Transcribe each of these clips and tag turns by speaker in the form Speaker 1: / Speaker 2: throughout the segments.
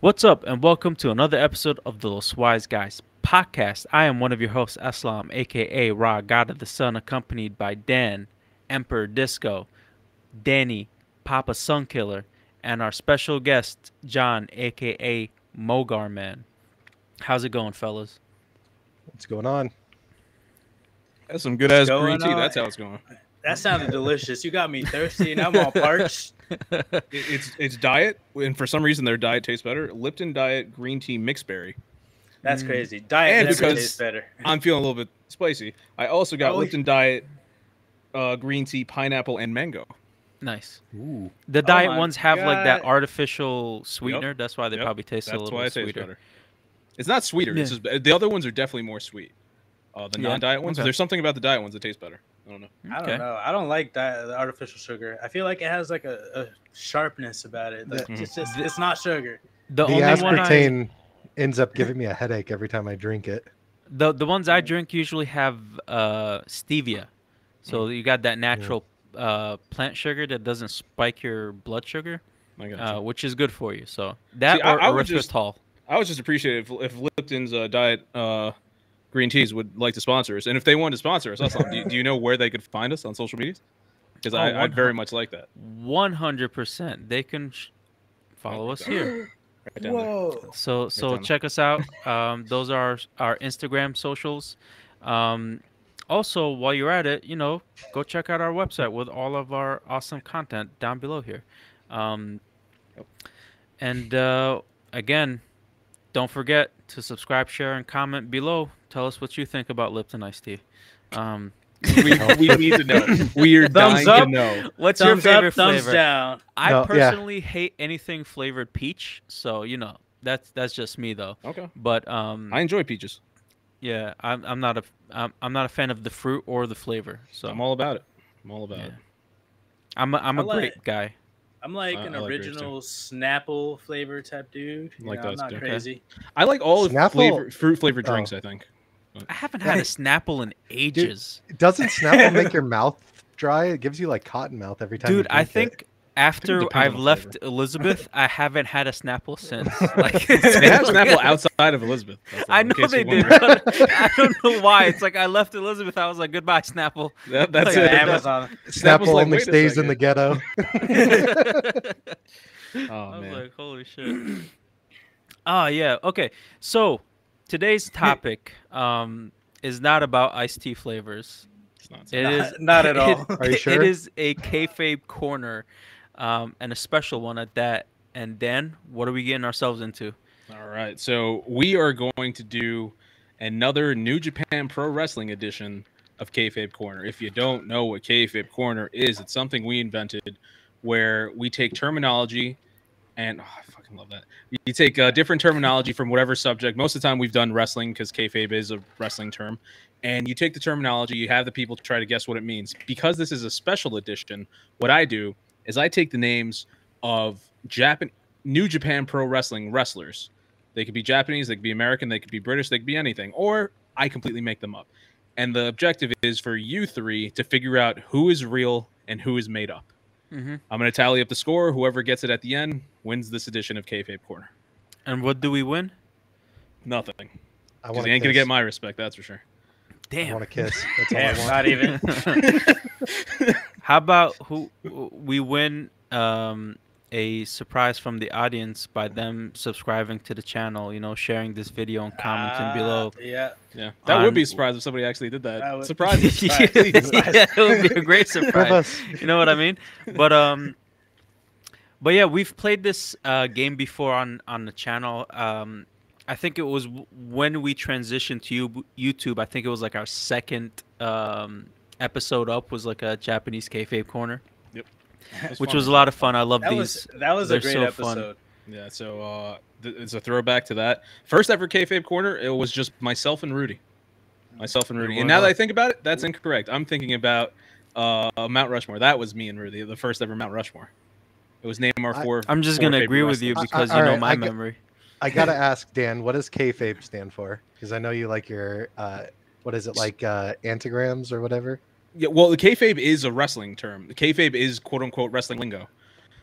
Speaker 1: What's up, and welcome to another episode of the Los Wise Guys podcast. I am one of your hosts, Aslam, aka Ra, God of the Sun, accompanied by Dan, Emperor Disco, Danny, Papa Sunkiller, and our special guest, John, aka Mogar Man. How's it going, fellas?
Speaker 2: What's going on?
Speaker 3: That's some good ass
Speaker 4: Going
Speaker 3: green tea.
Speaker 4: on.
Speaker 3: That's how it's going.
Speaker 4: That sounded delicious. You got me thirsty, and I'm all parched.
Speaker 3: It, it's it's diet, and for some reason their diet tastes better. Lipton diet green tea mixed berry.
Speaker 4: That's
Speaker 1: Mm.
Speaker 4: crazy.
Speaker 3: And
Speaker 4: Diet never
Speaker 3: because-
Speaker 4: tastes better.
Speaker 3: I'm feeling a little bit spicy. I also got
Speaker 4: Oh,
Speaker 3: Lipton diet uh, green tea, pineapple, and mango.
Speaker 1: Nice.
Speaker 2: Ooh,
Speaker 1: The diet
Speaker 4: my
Speaker 1: ones have like that
Speaker 4: God.
Speaker 1: artificial sweetener. That's why they
Speaker 3: Oh Yep.
Speaker 1: probably taste a
Speaker 3: That's
Speaker 1: little
Speaker 3: why it
Speaker 1: bit
Speaker 3: tastes
Speaker 1: sweeter.
Speaker 3: better. It's not sweeter. It's just the other ones are definitely more sweet. Uh, the
Speaker 1: Yeah,
Speaker 3: non-diet ones.
Speaker 1: okay.
Speaker 3: There's something about the diet ones that taste better. I don't know.
Speaker 4: I
Speaker 1: Okay.
Speaker 4: don't know. I don't like that the artificial sugar. I feel like it has like a, a sharpness about it. Like,
Speaker 3: The-
Speaker 4: it's just it's not sugar.
Speaker 1: The,
Speaker 2: the
Speaker 1: only one I
Speaker 2: aspartame ends up giving me a headache every time I drink it.
Speaker 1: The the ones I
Speaker 4: Yeah.
Speaker 1: drink usually have uh, stevia, so
Speaker 3: Mm.
Speaker 1: you got that natural uh, plant sugar that doesn't spike your blood sugar,
Speaker 3: My God.
Speaker 1: uh, which is good for you. So that
Speaker 3: See, I-
Speaker 1: or
Speaker 3: I would just-
Speaker 1: erythritol.
Speaker 3: I was just appreciative if, if Lipton's uh, diet uh, green teas would like to sponsor us, and if they wanted to sponsor us, Aslan, do, do you know where they could find us on social medias? Because
Speaker 1: Oh,
Speaker 3: I I'd very
Speaker 1: 100.
Speaker 3: much like that.
Speaker 1: One hundred percent, they can sh- follow us here.
Speaker 3: Right down there.
Speaker 4: Whoa!
Speaker 1: So so
Speaker 3: down there.
Speaker 1: check us out. Um, those are our, our Instagram socials. Um, also, while you're at it, you know, go check out our website with all of our awesome content down below here. Um,
Speaker 3: Yep.
Speaker 1: and uh, again, don't forget to subscribe, share, and comment below. Tell us what you think about Lipton Iced Tea. Um,
Speaker 3: we, we need to know. We are
Speaker 1: Thumbs
Speaker 3: dying
Speaker 1: up.
Speaker 3: to know.
Speaker 1: what's
Speaker 4: Thumbs
Speaker 1: your
Speaker 4: up,
Speaker 1: favorite
Speaker 4: thumbs
Speaker 1: flavor?
Speaker 4: down.
Speaker 1: I
Speaker 2: No, yeah.
Speaker 1: personally hate anything flavored peach, so you know that's that's just me though.
Speaker 3: Okay.
Speaker 1: But um,
Speaker 3: I enjoy peaches.
Speaker 1: Yeah, I'm I'm not a I'm, I'm not a fan of the fruit or the flavor. So
Speaker 3: I'm all about it. I'm all about
Speaker 1: Yeah.
Speaker 3: it.
Speaker 1: I'm a, I'm
Speaker 4: I
Speaker 1: a grape
Speaker 4: like-
Speaker 1: guy.
Speaker 4: I'm like
Speaker 3: I-
Speaker 4: an
Speaker 3: I like grapes, too.
Speaker 4: original Snapple flavor type dude. You
Speaker 3: Like
Speaker 4: know, I'm
Speaker 3: those,
Speaker 4: not
Speaker 3: okay.
Speaker 4: crazy.
Speaker 3: I like all of
Speaker 2: Snapple-
Speaker 3: flavor, fruit flavored
Speaker 2: Oh.
Speaker 3: drinks. I think.
Speaker 1: I haven't had a
Speaker 2: Hey,
Speaker 1: Snapple in ages,
Speaker 2: Doesn't Snapple make your mouth dry? It gives you like cotton mouth every time.
Speaker 1: dude.
Speaker 2: you
Speaker 1: I
Speaker 2: drink it.
Speaker 1: think after
Speaker 3: depends on
Speaker 1: I've
Speaker 3: the
Speaker 1: left Elizabeth, I haven't had a Snapple since. Like
Speaker 3: They have Snapple outside of Elizabeth. That's all,
Speaker 1: I
Speaker 3: in
Speaker 1: know
Speaker 3: case
Speaker 1: they
Speaker 3: you're
Speaker 1: did.
Speaker 3: wondering.
Speaker 1: but I don't know why. It's like I left Elizabeth. I was like, goodbye, Snapple.
Speaker 3: That- that's
Speaker 1: Like
Speaker 3: it.
Speaker 4: Yeah,
Speaker 1: that-
Speaker 4: Amazon.
Speaker 3: Snapple's
Speaker 2: Snapple
Speaker 3: like,
Speaker 2: only
Speaker 3: "Wait a
Speaker 2: stays in the
Speaker 3: second."
Speaker 2: ghetto.
Speaker 3: Oh
Speaker 1: I
Speaker 3: man.
Speaker 1: was like, holy shit. Ah, yeah. Okay. So today's topic um, is not about iced tea flavors.
Speaker 3: It's not-
Speaker 1: It
Speaker 4: Not-
Speaker 1: is
Speaker 4: not at
Speaker 1: it-
Speaker 4: all.
Speaker 2: Are
Speaker 1: it-
Speaker 2: you
Speaker 1: It
Speaker 2: sure?
Speaker 1: is a kayfabe corner, um, and a special one at that. And Dan, what are we getting ourselves into?
Speaker 3: All right. So we are going to do another New Japan Pro Wrestling edition of Kayfabe Corner. If you don't know what Kayfabe Corner is, it's something we invented where we take terminology and oh, I fucking love that. You take uh, different terminology from whatever subject. Most of the time, we've done wrestling because kayfabe is a wrestling term. And you take the terminology, you have the people try to guess what it means. Because this is a special edition, what I do is I take the names of Japan, New Japan Pro Wrestling wrestlers. They could be Japanese, they could be American, they could be British, they could be anything. Or I completely make them up. And the objective is for you three to figure out who is real and who is made up.
Speaker 1: Mm-hmm.
Speaker 3: I'm going to tally up the score. Whoever gets it at the end wins this edition of Kayfabe Corner.
Speaker 1: And what do we win?
Speaker 3: Nothing.
Speaker 2: I
Speaker 3: 'Cause
Speaker 2: want
Speaker 3: you ain't going to get my respect, that's for sure.
Speaker 2: I
Speaker 1: Damn.
Speaker 2: want to kiss. That's all I
Speaker 4: Damn,
Speaker 2: want.
Speaker 4: not even.
Speaker 1: How about who we win um, a surprise from the audience by them subscribing to the channel? You know, sharing this video and commenting
Speaker 4: Ah,
Speaker 1: below.
Speaker 4: Yeah.
Speaker 3: Yeah. That would
Speaker 1: Um,
Speaker 3: be a surprise if somebody actually did that.
Speaker 4: that would-
Speaker 3: surprise.
Speaker 1: yeah,
Speaker 4: surprise, surprise.
Speaker 1: it would be a great
Speaker 2: Give
Speaker 1: surprise.
Speaker 2: us
Speaker 1: You know what I mean? But um, but yeah, we've played this uh, game before on on the channel. Um, I think it was w- when we transitioned to you- YouTube. I think it was like our second um episode up was like a Japanese kayfabe corner, which was a lot of fun. I love
Speaker 4: That
Speaker 1: these.
Speaker 4: was that was
Speaker 1: they're
Speaker 4: a great
Speaker 1: so fun.
Speaker 4: episode.
Speaker 3: Yeah, so uh, th- it's a throwback to that. First ever Kayfabe Corner, it was just myself and Rudy. Myself and
Speaker 1: It
Speaker 3: Rudy. And now that
Speaker 1: was.
Speaker 3: I think about it, that's incorrect. I'm thinking about uh, Mount Rushmore. That was me and Rudy, the first ever Mount Rushmore. It was named our
Speaker 2: I-
Speaker 3: four.
Speaker 1: I'm just
Speaker 3: four
Speaker 1: gonna
Speaker 3: favorite
Speaker 1: agree with you
Speaker 3: wrestlers.
Speaker 2: wrestlers.
Speaker 1: because
Speaker 2: I-
Speaker 1: you know
Speaker 2: alright,
Speaker 1: my
Speaker 2: I got-
Speaker 1: memory.
Speaker 2: I gotta ask Dan, what does kayfabe stand for? Because I know you like your uh, what is it like uh, antigrams or whatever.
Speaker 3: Uh, Yeah, well, the kayfabe is a wrestling term. The kayfabe is quote unquote wrestling lingo.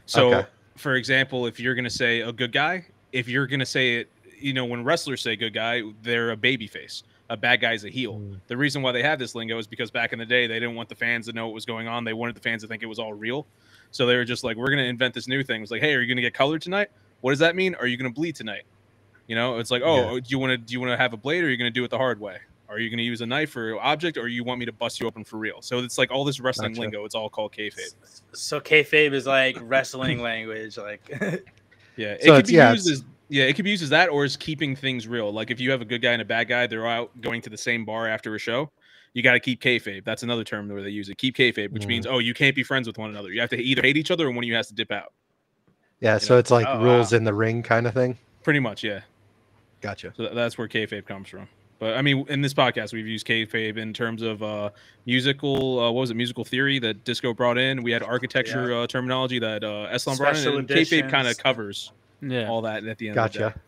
Speaker 3: So,
Speaker 2: Okay.
Speaker 3: for example, if you're going to say a good guy, if you're gonna say it, you know, when wrestlers say good guy, they're a baby face. A bad guy's a heel.
Speaker 2: Mm.
Speaker 3: The reason why they have this lingo is because back in the day they didn't want the fans to know what was going on. They wanted the fans to think it was all real. So they were just like, We're gonna invent this new thing. It's like, hey, are you gonna get colored tonight? What does that mean? Are you gonna bleed tonight? You know, it's like, oh, do you wanna do you wanna have a blade or are you gonna do it the hard way? Are you gonna use a knife or object or you want me to bust you open for real? So it's like all this wrestling
Speaker 2: Gotcha.
Speaker 3: lingo, it's all called kayfabe.
Speaker 4: S- So kayfabe is like wrestling language, like
Speaker 3: Yeah, it
Speaker 2: So it's-
Speaker 3: could be
Speaker 2: yeah,
Speaker 3: used as yeah, it could be used as that or as keeping things real. Like if you have a good guy and a bad guy, they're out going to the same bar after a show. You got to keep kayfabe. That's another term where they use it. Keep kayfabe, which
Speaker 2: Mm.
Speaker 3: means oh, you can't be friends with one another. You have to either hate each other or one of you has to dip out.
Speaker 2: Yeah,
Speaker 3: You
Speaker 2: so
Speaker 3: know,
Speaker 2: it's like
Speaker 4: oh,
Speaker 2: rules
Speaker 4: wow.
Speaker 2: in the ring kind of thing.
Speaker 3: Pretty much, yeah.
Speaker 2: Gotcha.
Speaker 3: So tha- that's where kayfabe comes from. But I mean, in this podcast, we've used kayfabe in terms of uh, musical. Uh, what was it? Musical theory that disco brought in. We had architecture uh, terminology that uh, Eslam brought in.
Speaker 4: Special
Speaker 3: And kayfabe kind of
Speaker 4: editions.
Speaker 3: covers
Speaker 1: Yeah.
Speaker 3: all that at the end. Of the day.
Speaker 2: Gotcha.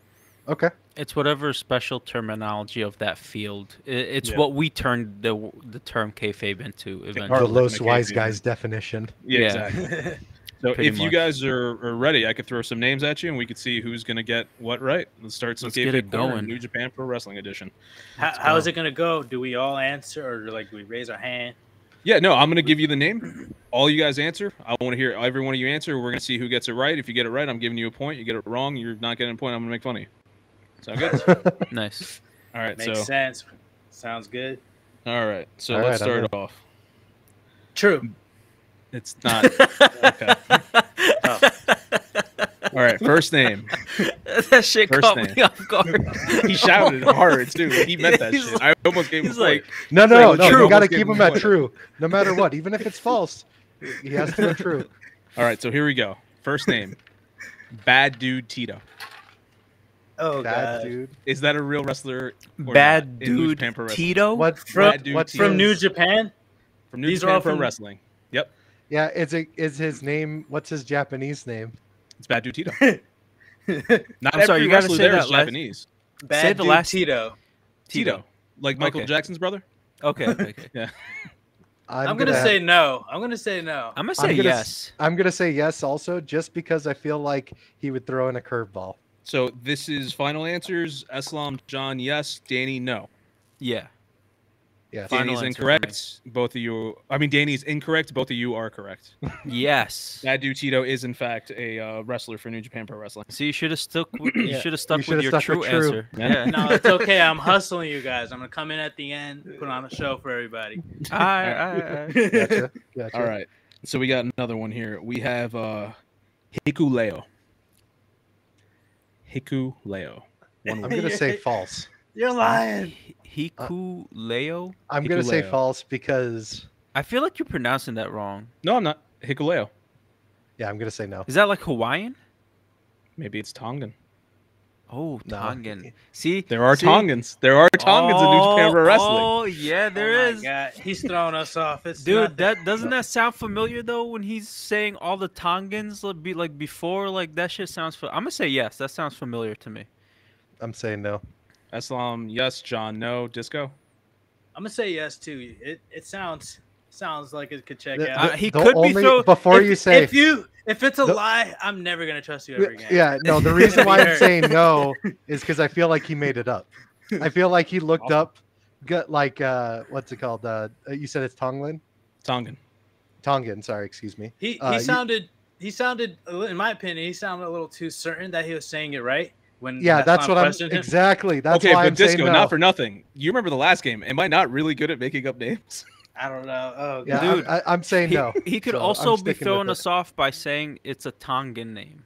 Speaker 2: Okay.
Speaker 1: It's whatever special terminology of that field. I- It's
Speaker 3: Yeah.
Speaker 1: what we turned the the term kayfabe into eventually.
Speaker 2: Our
Speaker 3: Harlan
Speaker 2: Los
Speaker 3: McKay
Speaker 2: Wise
Speaker 3: Jr.
Speaker 2: Guys definition.
Speaker 3: Yeah,
Speaker 1: Yeah.
Speaker 3: exactly. So
Speaker 1: Pretty
Speaker 3: if you
Speaker 1: much.
Speaker 3: guys are, are ready, I could throw some names at you, and we could see who's gonna get what right. Let's start some
Speaker 1: Let's get
Speaker 3: kayfabe
Speaker 1: it
Speaker 3: corner,
Speaker 1: going.
Speaker 3: New Japan Pro Wrestling Edition.
Speaker 4: how,
Speaker 1: Let's
Speaker 4: how is
Speaker 1: go.
Speaker 4: it gonna go? Do we all answer or like do we raise our hand?
Speaker 3: Yeah, no, I'm gonna give you the name. All you guys answer. I want to hear every one of you answer. We're gonna see who gets it right. If you get it right, I'm giving you a point. You get it wrong, you're not getting a point. I'm gonna make fun of you. Sound good?
Speaker 1: Nice.
Speaker 3: all right.
Speaker 4: Makes
Speaker 3: so
Speaker 4: sense. Sounds good.
Speaker 3: all right. So
Speaker 2: All
Speaker 3: let's
Speaker 2: right, I'm
Speaker 3: start off.
Speaker 4: True.
Speaker 3: It's not all right. First name.
Speaker 1: that shit
Speaker 3: First
Speaker 1: caught
Speaker 3: name.
Speaker 1: me off guard.
Speaker 3: He shouted
Speaker 1: Almost.
Speaker 3: hard too. He meant that
Speaker 1: He's
Speaker 3: shit.
Speaker 1: like-
Speaker 3: I almost gave him
Speaker 1: He's
Speaker 3: a like.
Speaker 1: like,
Speaker 2: No, no,
Speaker 3: like,
Speaker 2: no.
Speaker 3: true.
Speaker 2: You got to
Speaker 3: Almost
Speaker 2: keep
Speaker 3: gave
Speaker 2: him
Speaker 3: him
Speaker 2: at
Speaker 3: away.
Speaker 2: true, no matter what. Even if it's false, he has to go true.
Speaker 3: All right. So here we go. First name. Bad dude Tito.
Speaker 4: Oh
Speaker 2: Bad
Speaker 4: god.
Speaker 2: dude.
Speaker 3: Is that a real wrestler? or
Speaker 1: bad
Speaker 3: not in New
Speaker 1: dude
Speaker 3: Japan Pro Wrestling?
Speaker 1: Tito.
Speaker 2: What?
Speaker 4: Oh, From-
Speaker 2: what-
Speaker 3: dude
Speaker 2: what's
Speaker 4: From New
Speaker 2: his-
Speaker 4: Japan?
Speaker 3: From New
Speaker 4: These are
Speaker 3: Japan
Speaker 4: all
Speaker 3: Pro
Speaker 4: from-
Speaker 3: Wrestling. Yep,
Speaker 2: Yeah. Is it? Is his name? What's his Japanese name?
Speaker 3: it's Bad Dude Tito. Not
Speaker 1: I'm sorry,
Speaker 3: every
Speaker 1: you gotta
Speaker 3: wrestler
Speaker 1: say
Speaker 3: there
Speaker 1: that
Speaker 3: is
Speaker 1: last-
Speaker 3: Japanese.
Speaker 4: Bad
Speaker 1: Say the
Speaker 4: dude
Speaker 1: last-
Speaker 4: Tito.
Speaker 3: Tito. like Michael
Speaker 1: Okay.
Speaker 3: Jackson's brother.
Speaker 1: Okay, okay, okay.
Speaker 4: I'm, gonna, say no. I'm gonna say no.
Speaker 1: I'm gonna say
Speaker 2: gonna
Speaker 1: yes.
Speaker 2: I'm gonna say yes, also, just because I feel like he would throw in a curveball.
Speaker 3: So this is final answers. Eslam, John, yes. Danny, no.
Speaker 1: Yeah.
Speaker 2: Yes.
Speaker 1: Fine. Final
Speaker 3: Danny's
Speaker 1: answer for me.
Speaker 3: incorrect. Both of you. I mean, Danny's incorrect. Both of you are correct.
Speaker 1: Yes.
Speaker 3: Bad Dude Tito is in fact a uh, wrestler for New Japan Pro Wrestling.
Speaker 1: So you should have stuck. With, you
Speaker 2: Yeah.
Speaker 1: should have stuck
Speaker 2: You
Speaker 1: with
Speaker 2: should've
Speaker 1: your
Speaker 2: stuck
Speaker 1: true
Speaker 2: with true.
Speaker 1: answer.
Speaker 3: Yeah.
Speaker 1: Yeah.
Speaker 4: No, it's okay. I'm hustling you guys. I'm gonna come in at the end, put on a show for everybody.
Speaker 1: Aye, aye, aye.
Speaker 2: Gotcha. Gotcha.
Speaker 3: All right. So we got another one here. We have uh, Hiku Leo. Hiku Leo.
Speaker 2: I'm gonna say false.
Speaker 4: You're lying.
Speaker 1: Hi- Hiku Leo.
Speaker 2: I'm gonna say
Speaker 3: Hikuleo.
Speaker 2: false because
Speaker 1: I feel like you're pronouncing that wrong.
Speaker 3: No, I'm not. Hikuleo.
Speaker 2: yeah, I'm gonna say no.
Speaker 1: Is that like Hawaiian?
Speaker 3: Maybe it's Tongan.
Speaker 1: Oh,
Speaker 2: No.
Speaker 1: Tongan. See,
Speaker 3: There are
Speaker 1: see?
Speaker 3: Tongans. There are Tongans in New Japan Pro Wrestling.
Speaker 1: Oh yeah, there
Speaker 4: oh
Speaker 1: is.
Speaker 4: My God. He's throwing us off. It's
Speaker 1: Dude,
Speaker 4: nothing.
Speaker 1: that doesn't that sound familiar though? When he's saying all the Tongans, like, be like before, like that shit sounds. Fa- I'm gonna say yes. That sounds familiar to me.
Speaker 2: I'm saying no.
Speaker 3: Eslam, yes. John, no. Disco.
Speaker 4: I'm gonna say yes too. It it sounds sounds like it could check
Speaker 2: The-
Speaker 4: out.
Speaker 1: Uh,
Speaker 2: the-
Speaker 1: he
Speaker 2: the
Speaker 1: could be
Speaker 2: only,
Speaker 1: throw-
Speaker 2: before
Speaker 4: if,
Speaker 2: you say
Speaker 4: if you if it's a
Speaker 2: The-
Speaker 4: lie, I'm never gonna trust you
Speaker 2: Y-
Speaker 4: ever again.
Speaker 2: Yeah, no, the
Speaker 4: It's
Speaker 2: reason
Speaker 4: gonna
Speaker 2: why
Speaker 4: be
Speaker 2: I'm
Speaker 4: her.
Speaker 2: saying no is because I feel like he made it up. I feel like he looked up, got like uh, what's it called? Uh, you said it's Tonglin,
Speaker 3: Tongan.
Speaker 2: Tongan. Sorry, excuse me.
Speaker 4: he he
Speaker 2: uh, you-
Speaker 4: sounded he sounded a li- in my opinion he sounded a little too certain that he was saying it right when
Speaker 2: Yeah, that's,
Speaker 4: Haslam
Speaker 2: what I'm
Speaker 4: questioned him.
Speaker 2: exactly. That's
Speaker 3: okay,
Speaker 2: why
Speaker 3: but
Speaker 2: I'm
Speaker 3: Disco,
Speaker 2: saying no.
Speaker 3: not for nothing. You remember the last game. Am I not really good at making up names?
Speaker 4: I don't know. Oh
Speaker 2: yeah,
Speaker 4: God.
Speaker 1: Dude.
Speaker 2: I'm, I, am saying
Speaker 1: He,
Speaker 2: no.
Speaker 1: he could
Speaker 2: so I'm
Speaker 1: also be
Speaker 2: sticking with
Speaker 1: throwing
Speaker 2: it.
Speaker 1: us off by saying it's a Tongan name.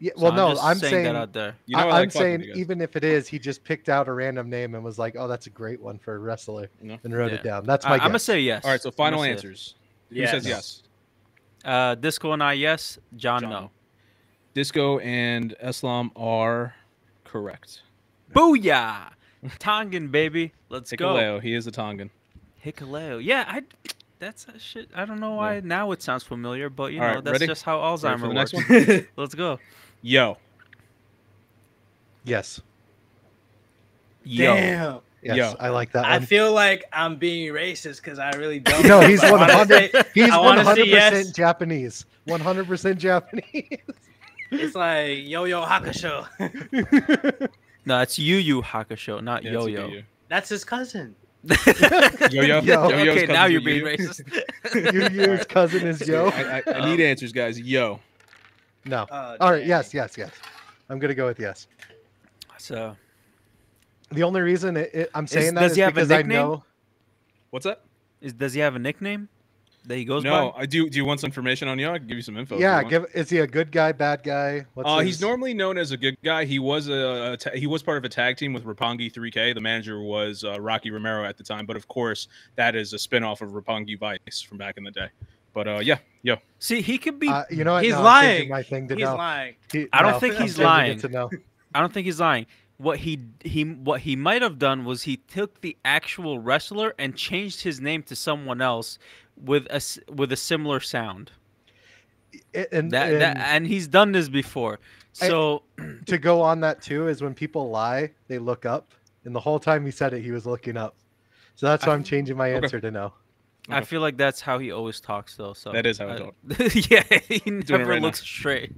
Speaker 2: Yeah,
Speaker 1: So
Speaker 2: well,
Speaker 1: I'm
Speaker 2: no,
Speaker 1: just
Speaker 2: I'm
Speaker 1: saying,
Speaker 2: saying
Speaker 1: that uh, out there.
Speaker 3: You know, I
Speaker 2: I, am
Speaker 3: like fucking with
Speaker 2: saying
Speaker 3: you guys.
Speaker 2: even if it is, he just picked out a random name and was like, "Oh, that's a great one for a wrestler,"
Speaker 3: No.
Speaker 2: and wrote
Speaker 1: Yeah.
Speaker 2: it down. That's
Speaker 1: I,
Speaker 2: my
Speaker 1: am gonna
Speaker 2: guess.
Speaker 1: say yes.
Speaker 3: All right, so
Speaker 1: I'm gonna
Speaker 3: final
Speaker 1: say yes.
Speaker 3: answers.
Speaker 4: Yes.
Speaker 3: Who says yes?
Speaker 1: Uh, Disco and I yes. John,
Speaker 3: John.
Speaker 1: no.
Speaker 3: Disco and Eslam are correct.
Speaker 1: Booyah! Tongan baby, let's go.
Speaker 3: Hikuleo, he is a Tongan.
Speaker 1: Hikaleo. Yeah, I. That's a shit. I don't know why
Speaker 3: Yeah.
Speaker 1: now it sounds familiar, but you
Speaker 3: All
Speaker 1: know
Speaker 3: right,
Speaker 1: that's
Speaker 3: ready?
Speaker 1: just how
Speaker 3: Ready for
Speaker 1: Alzheimer
Speaker 3: the next
Speaker 1: works.
Speaker 3: one?
Speaker 1: Let's go.
Speaker 3: Yo.
Speaker 2: Yes,
Speaker 1: Yo.
Speaker 4: Damn.
Speaker 2: yes,
Speaker 3: Yo.
Speaker 2: I like that
Speaker 4: I
Speaker 2: one.
Speaker 4: feel like I'm being racist because I really don't.
Speaker 2: No, he's
Speaker 4: I wanna
Speaker 2: 100
Speaker 4: say-
Speaker 2: He's
Speaker 4: I
Speaker 2: one
Speaker 4: wanna say
Speaker 2: hundred percent
Speaker 4: yes.
Speaker 2: Japanese. One hundred percent Japanese.
Speaker 4: It's like Yo Yo Hakusho.
Speaker 1: No, it's Yu Yu Hakusho, not
Speaker 3: Yeah,
Speaker 1: Yo
Speaker 3: it's a
Speaker 1: Yo.
Speaker 3: Yu-Yu.
Speaker 4: That's his cousin.
Speaker 3: Yo-Yo?
Speaker 2: Yo.
Speaker 3: Yo-Yo's
Speaker 1: okay, now
Speaker 3: cousin
Speaker 1: you're
Speaker 3: to
Speaker 1: being
Speaker 3: Yu-Yu?
Speaker 1: racist.
Speaker 2: Yu Yu's cousin is
Speaker 3: Yo,
Speaker 2: Yo.
Speaker 3: I, I,
Speaker 1: Um,
Speaker 3: I need answers, guys. Yo,
Speaker 2: No.
Speaker 4: Uh,
Speaker 2: All right.
Speaker 4: dang.
Speaker 2: Yes. Yes. Yes. I'm gonna go with yes.
Speaker 1: so
Speaker 2: The only reason it, it, I'm saying that
Speaker 1: does
Speaker 2: is
Speaker 1: he have a
Speaker 2: because I
Speaker 1: nickname?
Speaker 2: know.
Speaker 3: what's up?
Speaker 1: is, does he have a nickname that he goes
Speaker 3: No,
Speaker 1: by?
Speaker 3: I do. Do you want some information on you? I can give you some info. if you
Speaker 2: yeah.
Speaker 3: want.
Speaker 2: Give, is he a good guy? Bad guy? What's
Speaker 3: Uh, he's
Speaker 2: his-
Speaker 3: normally known as a good guy. He was a, a ta- he was part of a tag team with Rapongi 3K. The manager was uh, Rocky Romero at the time, but of course that is a spinoff of Rapongi Vice from back in the day. But uh, yeah, yo,
Speaker 1: See, he could be.
Speaker 2: Uh, you know what?
Speaker 4: He's
Speaker 2: No, I'm changing
Speaker 4: lying.
Speaker 2: My thing to
Speaker 4: He's
Speaker 2: no.
Speaker 4: lying.
Speaker 2: He-
Speaker 1: I don't
Speaker 2: no,
Speaker 1: think
Speaker 2: I'm
Speaker 1: he's
Speaker 2: changing it
Speaker 1: lying.
Speaker 2: To no.
Speaker 1: I don't think he's lying. What he he what he might have done was he took the actual wrestler and changed his name to someone else with a s- with a similar sound.
Speaker 2: It- and,
Speaker 1: That,
Speaker 2: and
Speaker 1: that and he's done this before.
Speaker 2: I-
Speaker 1: So
Speaker 2: to go on that too is when people lie, they look up, and the whole time he said it, he was looking up. So that's why I'm changing my
Speaker 3: Okay.
Speaker 2: answer to no.
Speaker 1: I,
Speaker 3: Okay.
Speaker 1: feel like that's how he always talks though. So
Speaker 3: That is how I
Speaker 1: I-
Speaker 3: talk.
Speaker 1: yeah, he
Speaker 3: it
Speaker 1: never
Speaker 3: right now.
Speaker 1: looks straight.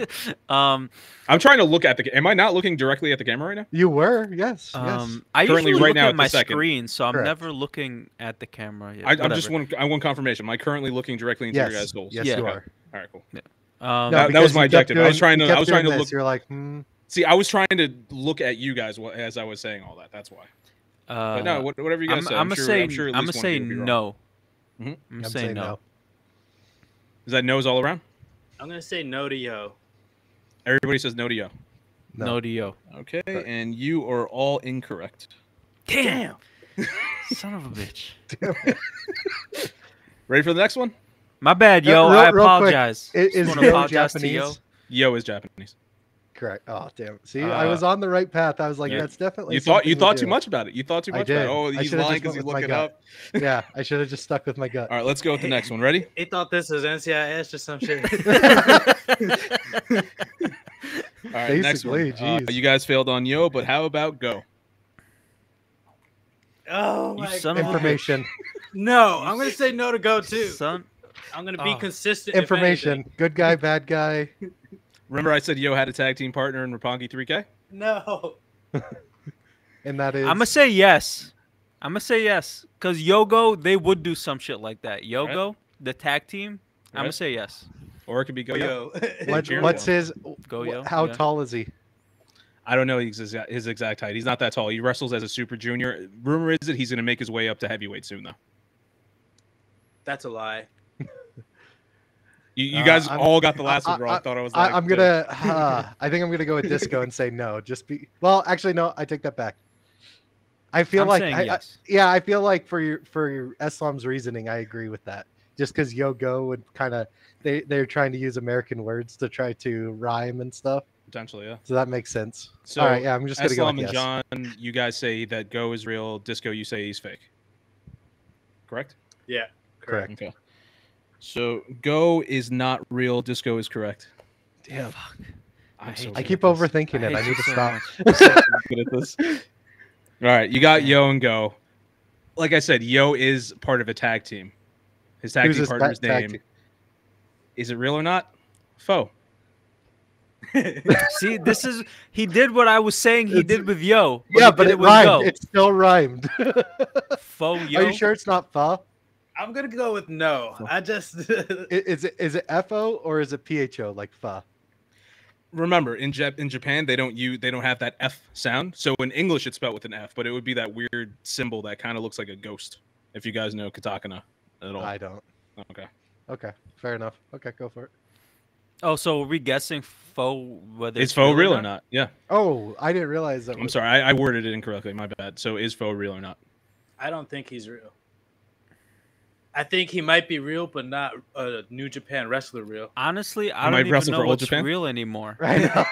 Speaker 1: um,
Speaker 3: I'm trying to look at the. ca- Am I not looking directly at the camera right now?
Speaker 2: You were yes. yes.
Speaker 1: um, I
Speaker 3: Currently
Speaker 1: usually
Speaker 3: right
Speaker 1: look
Speaker 3: now
Speaker 1: at
Speaker 3: at the
Speaker 1: my
Speaker 3: second.
Speaker 1: screen, so I'm
Speaker 2: Correct.
Speaker 1: never looking at the camera. Yeah,
Speaker 3: I, I'm just
Speaker 1: whatever.
Speaker 3: one. I want confirmation. Am I currently looking directly into your guys'
Speaker 2: Yes.
Speaker 3: goals?
Speaker 2: Yes,
Speaker 1: Yeah.
Speaker 2: you are.
Speaker 3: All right, cool.
Speaker 1: Um,
Speaker 3: That- that was
Speaker 2: because
Speaker 3: my
Speaker 2: you kept
Speaker 3: objective. I was
Speaker 2: doing-
Speaker 3: trying
Speaker 2: you
Speaker 3: to- I
Speaker 2: kept
Speaker 3: was trying
Speaker 2: doing
Speaker 3: to
Speaker 2: this.
Speaker 3: look-
Speaker 2: You're like, hmm,
Speaker 3: See, I was trying to look at you guys wh- as I was saying all that. That's why.
Speaker 1: uh,
Speaker 3: But no, wh- whatever you guys
Speaker 1: I'm,
Speaker 3: say,
Speaker 1: I'm gonna
Speaker 3: sure,
Speaker 1: say
Speaker 3: I'm sure. at
Speaker 1: I'm
Speaker 3: least
Speaker 1: gonna say
Speaker 3: one of you will be wrong.
Speaker 1: no.
Speaker 3: Mhm.
Speaker 1: I'm gonna
Speaker 2: Mm-hmm. I'm
Speaker 1: say
Speaker 2: saying
Speaker 1: no.
Speaker 2: no.
Speaker 3: Is that no's all around?
Speaker 4: I'm gonna say no to Yo.
Speaker 3: Everybody says no to yo.
Speaker 1: No,
Speaker 2: No.
Speaker 1: to you.
Speaker 3: Okay, and you are all incorrect.
Speaker 1: Damn. Son of a bitch.
Speaker 3: Ready for the next one?
Speaker 1: My bad,
Speaker 2: Uh,
Speaker 1: yo.
Speaker 2: real-
Speaker 1: I
Speaker 2: real quick,
Speaker 1: apologize.
Speaker 2: i-
Speaker 1: Just
Speaker 2: is
Speaker 1: wanna
Speaker 2: Yo
Speaker 1: apologize to yo.
Speaker 2: Japanese?
Speaker 3: Yo is Japanese.
Speaker 2: correct. Oh damn! See, I
Speaker 3: Uh,
Speaker 2: was on the right path. I was like,
Speaker 3: yeah.
Speaker 2: that's definitely.
Speaker 3: you thought you
Speaker 2: something we
Speaker 3: thought too
Speaker 2: do.
Speaker 3: much about it. You thought too
Speaker 2: I
Speaker 3: much about it.
Speaker 2: did.
Speaker 3: Oh,
Speaker 2: I
Speaker 3: he's
Speaker 2: should've
Speaker 3: lying
Speaker 2: just
Speaker 3: because
Speaker 2: went
Speaker 3: he's
Speaker 2: with my
Speaker 3: looking
Speaker 2: gut.
Speaker 3: up.
Speaker 2: yeah, I should have just stuck with my gut.
Speaker 3: All right, let's go with the next one. Ready?
Speaker 4: He thought this was NCIS or some shit.
Speaker 3: All right, next one.
Speaker 2: Basically,
Speaker 3: Uh,
Speaker 2: jeez.
Speaker 3: you guys failed on yo, but how about go?
Speaker 4: oh
Speaker 1: You
Speaker 4: my
Speaker 1: son of a bitch.
Speaker 2: Information,
Speaker 4: No, I'm gonna say no to go too.
Speaker 1: Son,
Speaker 4: I'm gonna be
Speaker 1: Oh.
Speaker 4: consistent. if anything.
Speaker 2: information. Good guy, bad guy.
Speaker 3: Remember, I said yo had a tag team partner in Rapongi 3K.
Speaker 4: No.
Speaker 2: And that is.
Speaker 1: I'm gonna say yes. I'm gonna say yes because Yogo they would do some shit like that. Yogo the tag team. I'm gonna
Speaker 3: Right.
Speaker 1: say yes.
Speaker 3: Or it could be
Speaker 2: Oh,
Speaker 3: go yo.
Speaker 4: Yo.
Speaker 2: what,
Speaker 3: Jared
Speaker 2: what's
Speaker 3: one.
Speaker 2: his?
Speaker 1: Go
Speaker 2: wh-
Speaker 1: yo.
Speaker 2: How
Speaker 1: Oh, yeah.
Speaker 2: tall is he?
Speaker 3: I don't know his exact, his exact height. He's not that tall. He wrestles as a super junior. Rumor is that he's going to make his way up to heavyweight soon, though.
Speaker 4: That's a lie.
Speaker 3: You, you
Speaker 2: Uh,
Speaker 3: guys
Speaker 2: I'm-
Speaker 3: all got the last
Speaker 2: I-
Speaker 3: one wrong. I, thought I was.
Speaker 2: I,
Speaker 3: Like,
Speaker 2: I'm gonna. Uh, I think I'm gonna go with disco and say no. Just be. Well, actually, no. I take that back. I feel
Speaker 1: I'm
Speaker 2: like.
Speaker 1: saying
Speaker 2: I, I-
Speaker 1: yes.
Speaker 2: yeah, I feel like for your for your Islam's reasoning, I agree with that. Just because Yogo would kind of they they're trying to use American words to try to rhyme and stuff,
Speaker 3: potentially, yeah.
Speaker 2: so that makes sense.
Speaker 3: So
Speaker 2: All right, yeah, I'm just gonna
Speaker 3: Islam
Speaker 2: go with
Speaker 3: and
Speaker 2: yes.
Speaker 3: John, you guys say that go is real. Disco, you say he's fake. Correct.
Speaker 2: Correct.
Speaker 3: Okay. So go is not real. Disco is correct.
Speaker 2: Damn,
Speaker 1: Fuck.
Speaker 3: I'm
Speaker 1: I hate
Speaker 3: so
Speaker 2: I
Speaker 3: good
Speaker 1: you.
Speaker 3: at
Speaker 2: keep
Speaker 3: this.
Speaker 2: overthinking it. I
Speaker 1: hate you
Speaker 2: need to
Speaker 1: so
Speaker 2: stop.
Speaker 1: much.
Speaker 3: Good at this. All right, you got Yo and Go. Like I said, Yo is part of a tag team. His tag
Speaker 2: Who's
Speaker 3: team
Speaker 2: his ta-
Speaker 3: partner's
Speaker 2: tag
Speaker 3: name.
Speaker 2: team?
Speaker 3: Is it real or not? Foe.
Speaker 1: See, this is he did what I was saying he
Speaker 2: It's-
Speaker 1: did with Yo.
Speaker 2: Yeah,
Speaker 1: he
Speaker 2: but
Speaker 1: did
Speaker 2: it
Speaker 1: with Yo.
Speaker 2: rhymed. It still rhymed.
Speaker 1: Faux Yo.
Speaker 2: Are you sure it's not fa?
Speaker 4: I'm gonna go with no. I just
Speaker 2: I- Is it is it fo or is it pho like fa?
Speaker 3: Remember, in Jap- in Japan, they don't you they don't have that F sound. So in English, it's spelled with an F, but it would be that weird symbol that kind of looks like a ghost. If you guys know katakana at all.
Speaker 2: I don't.
Speaker 3: okay.
Speaker 2: Okay, fair enough. Okay, go for it.
Speaker 1: Oh, so are we guessing faux whether
Speaker 3: Is foe real or not? Yeah.
Speaker 2: Oh, I didn't realize that.
Speaker 3: I'm
Speaker 2: was-
Speaker 3: sorry, I, I worded it incorrectly. My bad. So is foe real or not?
Speaker 4: I don't think he's real. I think he might be real, but not a New Japan wrestler real.
Speaker 1: Honestly, I
Speaker 3: Am I
Speaker 1: don't even
Speaker 3: wrestling
Speaker 1: know
Speaker 3: for Old
Speaker 1: what's
Speaker 3: Japan?
Speaker 1: real anymore.
Speaker 2: Right now,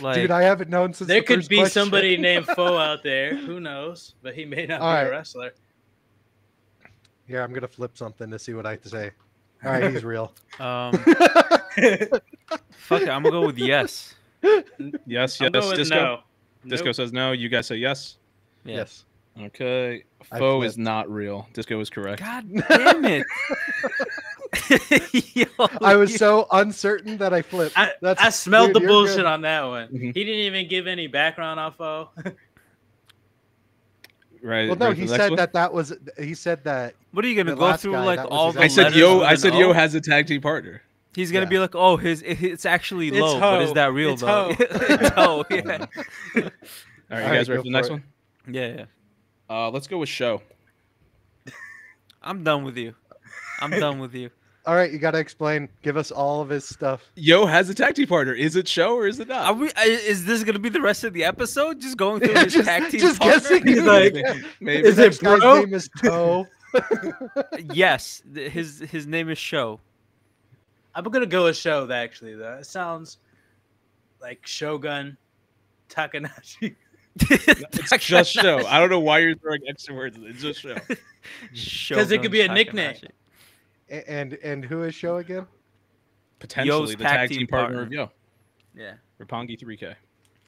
Speaker 1: Like,
Speaker 2: dude, I haven't known since.
Speaker 4: there
Speaker 2: the
Speaker 4: could
Speaker 2: first
Speaker 4: be
Speaker 2: question.
Speaker 4: somebody named Foe out there. Who knows? But he may not
Speaker 2: All
Speaker 4: be
Speaker 2: right.
Speaker 4: a wrestler.
Speaker 2: Here, I'm gonna flip something to see what I say. All right, he's real.
Speaker 1: um, fuck it, I'm gonna go with yes.
Speaker 3: Yes, yes.
Speaker 4: I'm going with
Speaker 3: Disco.
Speaker 4: no.
Speaker 3: Disco
Speaker 4: Nope.
Speaker 3: says no. You guys say yes.
Speaker 1: Yeah.
Speaker 2: Yes.
Speaker 3: Okay.
Speaker 2: I
Speaker 3: Foe is
Speaker 2: flipped.
Speaker 3: not real. Disco is correct.
Speaker 1: God damn it! Yo,
Speaker 2: I was so uncertain that I flipped.
Speaker 4: I,
Speaker 2: That's
Speaker 4: I smelled
Speaker 2: dude,
Speaker 4: the
Speaker 2: you're
Speaker 4: bullshit
Speaker 2: good. Mm-hmm.
Speaker 4: on that one.
Speaker 3: Mhm.
Speaker 4: He didn't even give any background info.
Speaker 3: Right.
Speaker 2: Well, no,
Speaker 3: ready for
Speaker 2: he
Speaker 3: the next
Speaker 2: said
Speaker 3: one?
Speaker 2: that that was. He said that.
Speaker 1: What are you gonna
Speaker 2: The
Speaker 1: go
Speaker 2: last
Speaker 1: through
Speaker 2: guy,
Speaker 1: like
Speaker 2: that was
Speaker 1: all
Speaker 2: his
Speaker 1: the
Speaker 3: I said
Speaker 1: letters
Speaker 3: yo.
Speaker 1: with
Speaker 3: I
Speaker 1: an
Speaker 3: said
Speaker 1: O?
Speaker 3: yo has a tag team partner.
Speaker 1: He's gonna
Speaker 2: Yeah.
Speaker 1: be like, oh, his it- it's actually
Speaker 4: It's
Speaker 1: low, but is
Speaker 4: hoe.
Speaker 1: that real
Speaker 4: It's
Speaker 1: though?
Speaker 4: hoe.
Speaker 1: it's hoe, yeah.
Speaker 3: All right,
Speaker 2: All
Speaker 3: you guys
Speaker 2: right,
Speaker 3: ready
Speaker 2: go
Speaker 3: for the next
Speaker 2: for it.
Speaker 3: one?
Speaker 1: yeah, yeah.
Speaker 3: Uh, let's go with show.
Speaker 1: I'm done with you. I'm done with you.
Speaker 2: All right, you got to explain. Give us all of his stuff.
Speaker 3: Yo has a tag team partner. Is it show or is it
Speaker 1: Are
Speaker 3: not?
Speaker 1: we? i- Is this gonna be the rest of the episode? Just going through
Speaker 2: Yeah,
Speaker 1: his
Speaker 2: just-
Speaker 1: tag team
Speaker 2: just
Speaker 1: partner?
Speaker 2: guessing.
Speaker 3: Maybe,
Speaker 4: like,
Speaker 3: maybe.
Speaker 4: is it
Speaker 2: Next guy's
Speaker 4: bro?
Speaker 2: name is Toe.
Speaker 1: Yes, th- his his name is Show.
Speaker 4: I'm gonna go with Show actually. Though it sounds like Shogun Takanashi.
Speaker 3: It's just show. I don't know why you're throwing extra words. It's just show.
Speaker 1: Because
Speaker 4: could be a nickname.
Speaker 2: A- And and who is Show again?
Speaker 3: Potentially
Speaker 1: Yo's
Speaker 3: the tag, team, partner of Yo.
Speaker 1: Yeah,
Speaker 3: Rapongi 3K.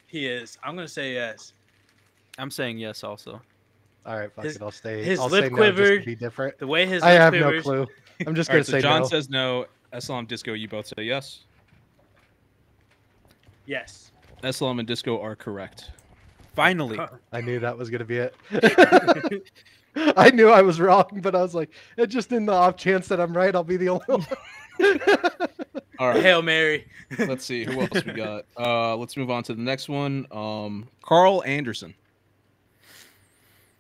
Speaker 4: He is. I'm gonna say yes.
Speaker 1: I'm saying yes. Also,
Speaker 2: All right, fuck
Speaker 4: His-
Speaker 2: it. I'll stay.
Speaker 4: his
Speaker 2: I'll
Speaker 4: lip
Speaker 2: say no just
Speaker 4: quivered.
Speaker 2: to be different.
Speaker 4: The way his
Speaker 2: I
Speaker 4: lip
Speaker 2: have no
Speaker 4: quivers-
Speaker 2: clue. I'm just
Speaker 3: All
Speaker 2: gonna
Speaker 3: right,
Speaker 2: say
Speaker 3: so John
Speaker 2: no.
Speaker 3: says no. Eslam Disco, you both say yes.
Speaker 4: Yes.
Speaker 3: Eslam and Disco are correct.
Speaker 1: finally,
Speaker 2: I knew that was gonna be it. I knew I was wrong, but I was like, it just in the off chance that I'm right, I'll be the only one.
Speaker 3: All right.
Speaker 4: Hail Mary.
Speaker 3: let's see who else we got. Uh, let's move on to the next one. Um, Carl Anderson.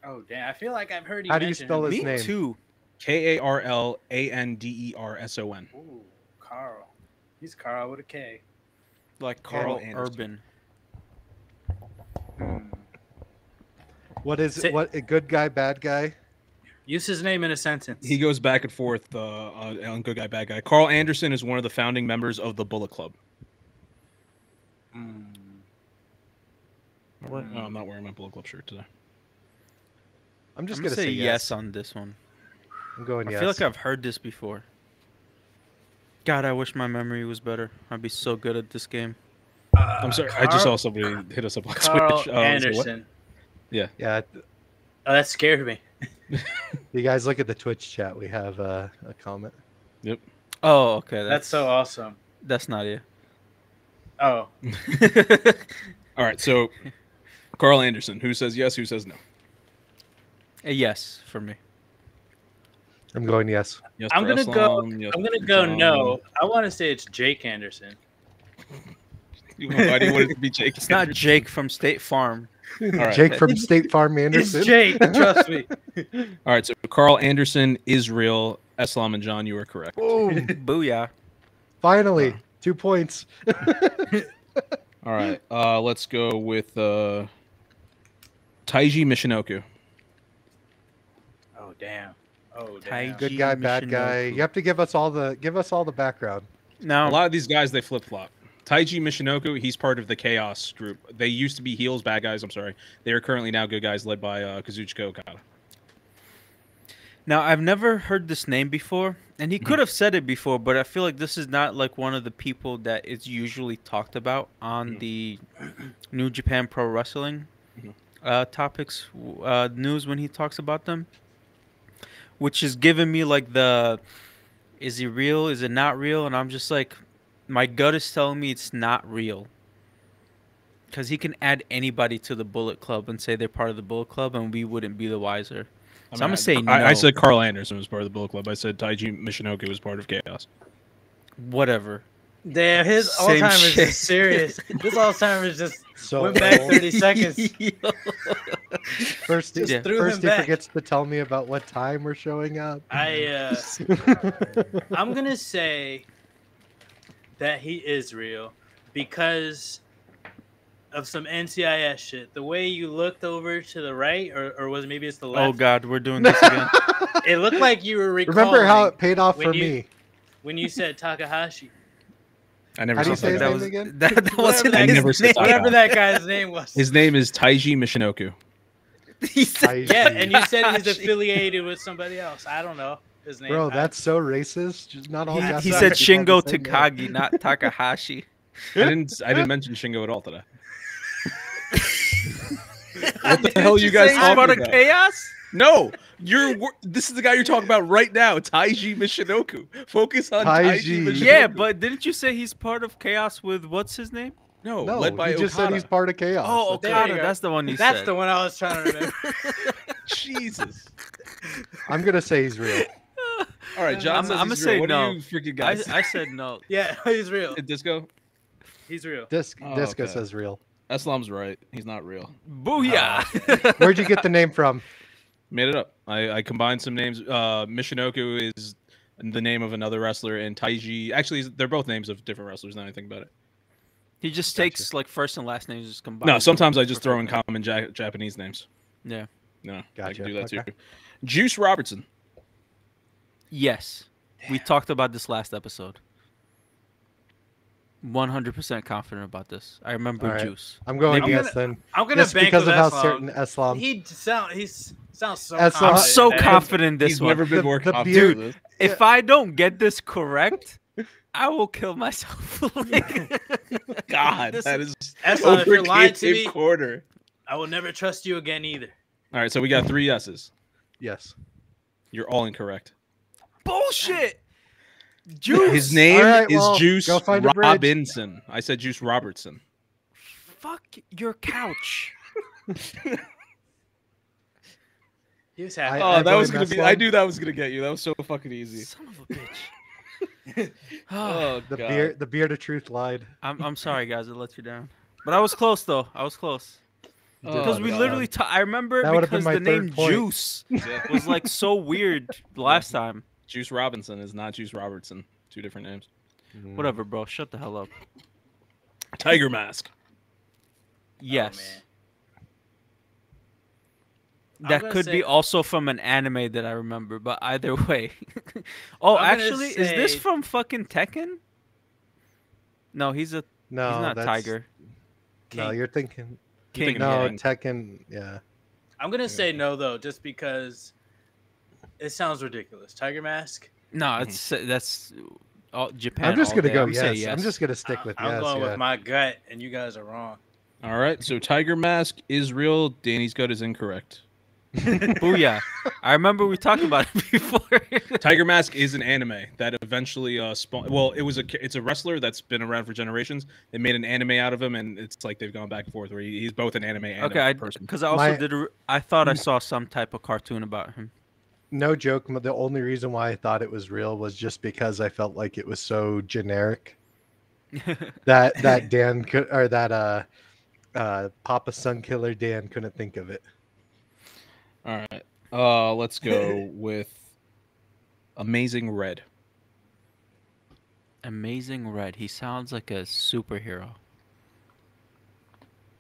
Speaker 4: Oh damn! I feel like I've heard. He
Speaker 2: How do you
Speaker 4: mention
Speaker 2: spell
Speaker 4: him.
Speaker 2: his
Speaker 1: me
Speaker 2: name?
Speaker 1: too.
Speaker 3: K A R L A N D E R S O N.
Speaker 4: Ooh, Carl. He's Carl with a K.
Speaker 1: Like
Speaker 3: Carl
Speaker 1: Carl
Speaker 3: Anderson.
Speaker 1: Urban.
Speaker 4: Hmm.
Speaker 2: What is
Speaker 4: Say-
Speaker 2: what a good guy, bad guy?
Speaker 4: Use his name in a sentence.
Speaker 3: He goes back and forth uh, on on good guy, bad guy. Carl Anderson is one of the founding members of the Bullet Club.
Speaker 4: Mm.
Speaker 3: Oh, I'm not wearing my Bullet Club shirt today.
Speaker 2: I'm just
Speaker 1: I'm
Speaker 2: gonna
Speaker 1: gonna say yes on this one.
Speaker 2: I'm going
Speaker 1: I
Speaker 2: yes.
Speaker 1: feel like I've heard this before. God, I wish my memory was better. I'd be so good at this game.
Speaker 3: I'm
Speaker 4: Uh,
Speaker 3: sorry. I just saw
Speaker 4: Carl-
Speaker 3: somebody hit us up on
Speaker 4: Carl
Speaker 3: Twitch. Uh, so what?
Speaker 4: Anderson.
Speaker 2: yeah, th-
Speaker 4: Oh, that scared me.
Speaker 2: you guys look at the Twitch chat. We have uh, a comment.
Speaker 1: Oh, okay.
Speaker 4: That's, so awesome.
Speaker 1: That's not it.
Speaker 4: Oh,
Speaker 3: All right. So, Carl Anderson. Who says yes? Who says no?
Speaker 1: A Uh, yes for me.
Speaker 2: I'm going yes.
Speaker 3: Yes.
Speaker 4: I'm
Speaker 3: for
Speaker 4: gonna go-
Speaker 3: Aslam, yes
Speaker 4: I'm
Speaker 3: for
Speaker 4: gonna go
Speaker 3: John.
Speaker 4: no. I want to say it's Jake Anderson.
Speaker 3: You- Why do you want it to be Jake?
Speaker 1: It's not Jake from State Farm.
Speaker 3: right.
Speaker 2: Jake from State Farm Anderson.
Speaker 4: It's Jake. Trust me.
Speaker 3: All right. So, Carl Anderson, Israel, Eslam, and John. You are correct.
Speaker 1: Boom. Booyah.
Speaker 2: Finally, two points.
Speaker 3: All right. Uh, let's go with uh, Taiji Mishinoku.
Speaker 4: Oh damn. Oh
Speaker 1: Ty-
Speaker 4: damn.
Speaker 1: Good-
Speaker 2: Good guy, bad guy.
Speaker 1: Mishinoku.
Speaker 2: You have to give us all the give us all the background.
Speaker 4: Oh.
Speaker 3: A
Speaker 1: Now,
Speaker 3: lot of these guys they flip flop. Taiji Mishinoku, he's part of the Chaos group. They used to be heels, bad guys. I'm sorry. They are currently now good guys, led by uh, Kazuchika Okada.
Speaker 1: now I've never heard this name before, and
Speaker 3: Mm-hmm.
Speaker 1: he could have said it before, but I feel like this is not like one of the people that is usually talked about on
Speaker 3: Mhm.
Speaker 1: the New Japan Pro Wrestling
Speaker 3: Mhm.
Speaker 1: uh, topics w- uh, news when he talks about them, which is giving me like the is he real? Is it not real? And I'm just like, my gut is telling me it's not real. Because he can add anybody to the Bullet Club and say they're part of the Bullet Club, and we wouldn't be the wiser. So I'm gonna say
Speaker 3: I, I
Speaker 1: no.
Speaker 3: said Carl Anderson was part of the Bullet Club. I said Taiji Mishinoku was part of Chaos.
Speaker 1: Whatever.
Speaker 4: Damn, his
Speaker 1: Same
Speaker 4: Alzheimer's
Speaker 1: shit.
Speaker 4: is serious. His Alzheimer's just
Speaker 2: So
Speaker 4: Went back
Speaker 2: old.
Speaker 4: 30 seconds.
Speaker 1: Oh,
Speaker 2: first,
Speaker 4: just
Speaker 1: Yeah.
Speaker 4: threw
Speaker 2: first
Speaker 4: him
Speaker 2: he
Speaker 4: back.
Speaker 2: forgets to tell me about what time we're showing up.
Speaker 4: I uh, I'm gonna say that he is real because of some NCIS shit. The way you looked over to the right, or, or was it maybe it's the
Speaker 1: oh
Speaker 4: left?
Speaker 1: God, we're doing this again.
Speaker 4: It looked like you were recalling
Speaker 2: Remember how it paid off
Speaker 4: when
Speaker 2: for
Speaker 4: you-
Speaker 2: me?
Speaker 4: when you said Takahashi,
Speaker 3: I never
Speaker 2: How do you
Speaker 3: said
Speaker 2: say his
Speaker 1: that
Speaker 2: name
Speaker 1: was
Speaker 2: again?
Speaker 1: that, that wasn't
Speaker 4: I
Speaker 1: his
Speaker 3: never said
Speaker 1: name.
Speaker 4: whatever that guy's name was.
Speaker 3: His name is Taiji Mishinoku.
Speaker 1: He said-
Speaker 2: I-
Speaker 4: yeah, and you said he's affiliated with somebody else. I don't know his name.
Speaker 2: Bro,
Speaker 4: I-
Speaker 2: that's so racist. Just not all.
Speaker 1: he-
Speaker 2: Japanese
Speaker 1: he said
Speaker 2: people
Speaker 1: Shingo
Speaker 2: have the same name.
Speaker 1: Takagi, not Takahashi.
Speaker 3: I didn't. I didn't mention Shingo at all today.
Speaker 1: what
Speaker 3: the hell you guys
Speaker 1: about
Speaker 3: talking
Speaker 1: a
Speaker 3: about?
Speaker 1: chaos?
Speaker 3: No, You're wor- this is the guy you're talking about right now, Taiji Michinoku. Focus on Taiji.
Speaker 2: Taiji.
Speaker 3: Michinoku.
Speaker 1: Yeah, but didn't you say he's part of Chaos with what's his name?
Speaker 3: no,
Speaker 2: No,
Speaker 3: led by
Speaker 2: he just said he's
Speaker 3: Okada.
Speaker 2: part of chaos.
Speaker 1: Oh,
Speaker 3: There
Speaker 1: Okada.
Speaker 3: you go.
Speaker 1: That's the one you
Speaker 4: That's
Speaker 1: said.
Speaker 4: the one I was trying to remember.
Speaker 3: Jesus.
Speaker 2: I'm gonna say he's real.
Speaker 3: All right, John.
Speaker 1: I'm-
Speaker 3: says
Speaker 1: I'm
Speaker 3: he's
Speaker 1: gonna
Speaker 3: real.
Speaker 1: say
Speaker 3: What
Speaker 1: no.
Speaker 3: do you freaking
Speaker 1: I,
Speaker 3: guys?
Speaker 1: I said no.
Speaker 4: Yeah, he's real.
Speaker 3: Disco.
Speaker 4: He's real.
Speaker 2: Disc,
Speaker 3: Oh,
Speaker 2: Disco
Speaker 3: okay.
Speaker 2: says real.
Speaker 3: Aslam's right. He's not real.
Speaker 1: Booyah!
Speaker 2: Where'd you get the name from?
Speaker 3: Made it up. I, I combined some names. Uh, Michinoku is the name of another wrestler, and Taiji. Actually, they're both names of different wrestlers. Not anything about it.
Speaker 1: he just takes like first and last names just combined.
Speaker 3: No, sometimes I just throw in
Speaker 1: Perfect.
Speaker 3: common ja- Japanese names.
Speaker 1: Yeah.
Speaker 3: No, I
Speaker 2: Gotcha.
Speaker 3: can do that
Speaker 2: Okay.
Speaker 3: too. Juice Robertson.
Speaker 1: Yes, we talked about this last episode. One hundred percent confident about this. I remember
Speaker 2: All right.
Speaker 1: Juice.
Speaker 2: I'm going
Speaker 4: I'm
Speaker 2: yes then.
Speaker 4: I'm gonna
Speaker 2: Yes,
Speaker 4: bank
Speaker 2: because of
Speaker 4: with
Speaker 2: how
Speaker 4: Islam.
Speaker 2: certain Islam.
Speaker 4: He d- sound he s- sounds so.
Speaker 2: That's all-
Speaker 1: I'm
Speaker 2: Uh,
Speaker 1: so
Speaker 4: confident.
Speaker 1: confident in this
Speaker 3: He's
Speaker 1: one.
Speaker 3: never been
Speaker 2: The-
Speaker 3: more
Speaker 2: the
Speaker 3: confident.
Speaker 2: beard-
Speaker 3: than this.
Speaker 1: If I don't get this correct, I will kill myself. Like-
Speaker 3: God,
Speaker 1: This
Speaker 3: that is
Speaker 4: Aslam, if you're lying to me,
Speaker 3: quarter.
Speaker 4: I will never trust you again either.
Speaker 3: All right, so we got three yeses.
Speaker 2: Yes.
Speaker 3: You're all incorrect.
Speaker 1: bullshit. Juice.
Speaker 3: His name
Speaker 2: right,
Speaker 3: is
Speaker 2: well,
Speaker 3: Juice
Speaker 2: go find a bridge.
Speaker 3: Robinson. I said Juice Robertson.
Speaker 1: Fuck your couch.
Speaker 4: He was
Speaker 2: I-
Speaker 4: happy.
Speaker 3: oh, that
Speaker 2: blame
Speaker 3: was gonna be.
Speaker 2: Aslam.
Speaker 3: I knew that was gonna get you. That was so fucking easy.
Speaker 1: Son of a bitch. oh,
Speaker 2: The beard the beard of truth lied.
Speaker 1: I'm I'm sorry, guys. I let you down. But I was close though. I was close because
Speaker 3: Oh,
Speaker 1: we
Speaker 3: God.
Speaker 1: literally. ta- I remember
Speaker 2: That would've been
Speaker 1: because
Speaker 2: my
Speaker 1: the name
Speaker 2: third point.
Speaker 1: Juice
Speaker 3: Yeah.
Speaker 1: was like so weird last time.
Speaker 3: Juice Robinson is not Juice Robertson. Two different names.
Speaker 2: Mm.
Speaker 1: Whatever, bro. Shut the
Speaker 4: Oh,
Speaker 1: hell up.
Speaker 3: Tiger Mask.
Speaker 1: Yes,
Speaker 4: man. I'm
Speaker 1: that
Speaker 4: gonna
Speaker 1: could
Speaker 4: say-
Speaker 1: be also from an anime that I remember. But either way. oh,
Speaker 4: I'm gonna
Speaker 1: actually, is this
Speaker 4: say-
Speaker 1: from fucking Tekken? No, he's a
Speaker 2: No,
Speaker 1: he's not
Speaker 2: that's,
Speaker 1: Tiger.
Speaker 2: No,
Speaker 4: King.
Speaker 2: you're thinking.
Speaker 1: King.
Speaker 3: thinking
Speaker 2: No,
Speaker 3: King.
Speaker 2: Tekken. Yeah.
Speaker 4: I'm gonna say no though, just because it sounds ridiculous. Tiger Mask.
Speaker 1: No, it's uh, that's all Japan.
Speaker 2: I'm just
Speaker 1: all
Speaker 2: gonna
Speaker 1: day.
Speaker 2: go
Speaker 1: I'm
Speaker 2: yes.
Speaker 1: saying
Speaker 2: I'm just gonna stick
Speaker 4: I-
Speaker 2: with
Speaker 4: I'm
Speaker 2: yes.
Speaker 4: going
Speaker 2: yeah.
Speaker 4: with my gut, and you guys are wrong.
Speaker 3: All right, so Tiger Mask is real. Danny's gut is incorrect.
Speaker 1: Booyah. I remember we talked about it before.
Speaker 3: Tiger Mask is an anime that eventually uh spawned. Well, it was a ca- it's a wrestler that's been around for generations. They made an anime out of him, and it's like they've gone back and forth. Where he, he's both an anime and
Speaker 1: okay,
Speaker 3: a
Speaker 1: I
Speaker 3: person.
Speaker 1: because I also
Speaker 2: My-
Speaker 1: did. a re- I thought I saw some type of cartoon about him.
Speaker 2: no joke. m- The only reason why I thought it was real was just because I felt like it was so generic that that Dan could or that uh uh Papa Sun Killer Dan couldn't think of it.
Speaker 3: All right, uh, let's go with Amazing Red.
Speaker 1: Amazing Red. He sounds like a superhero.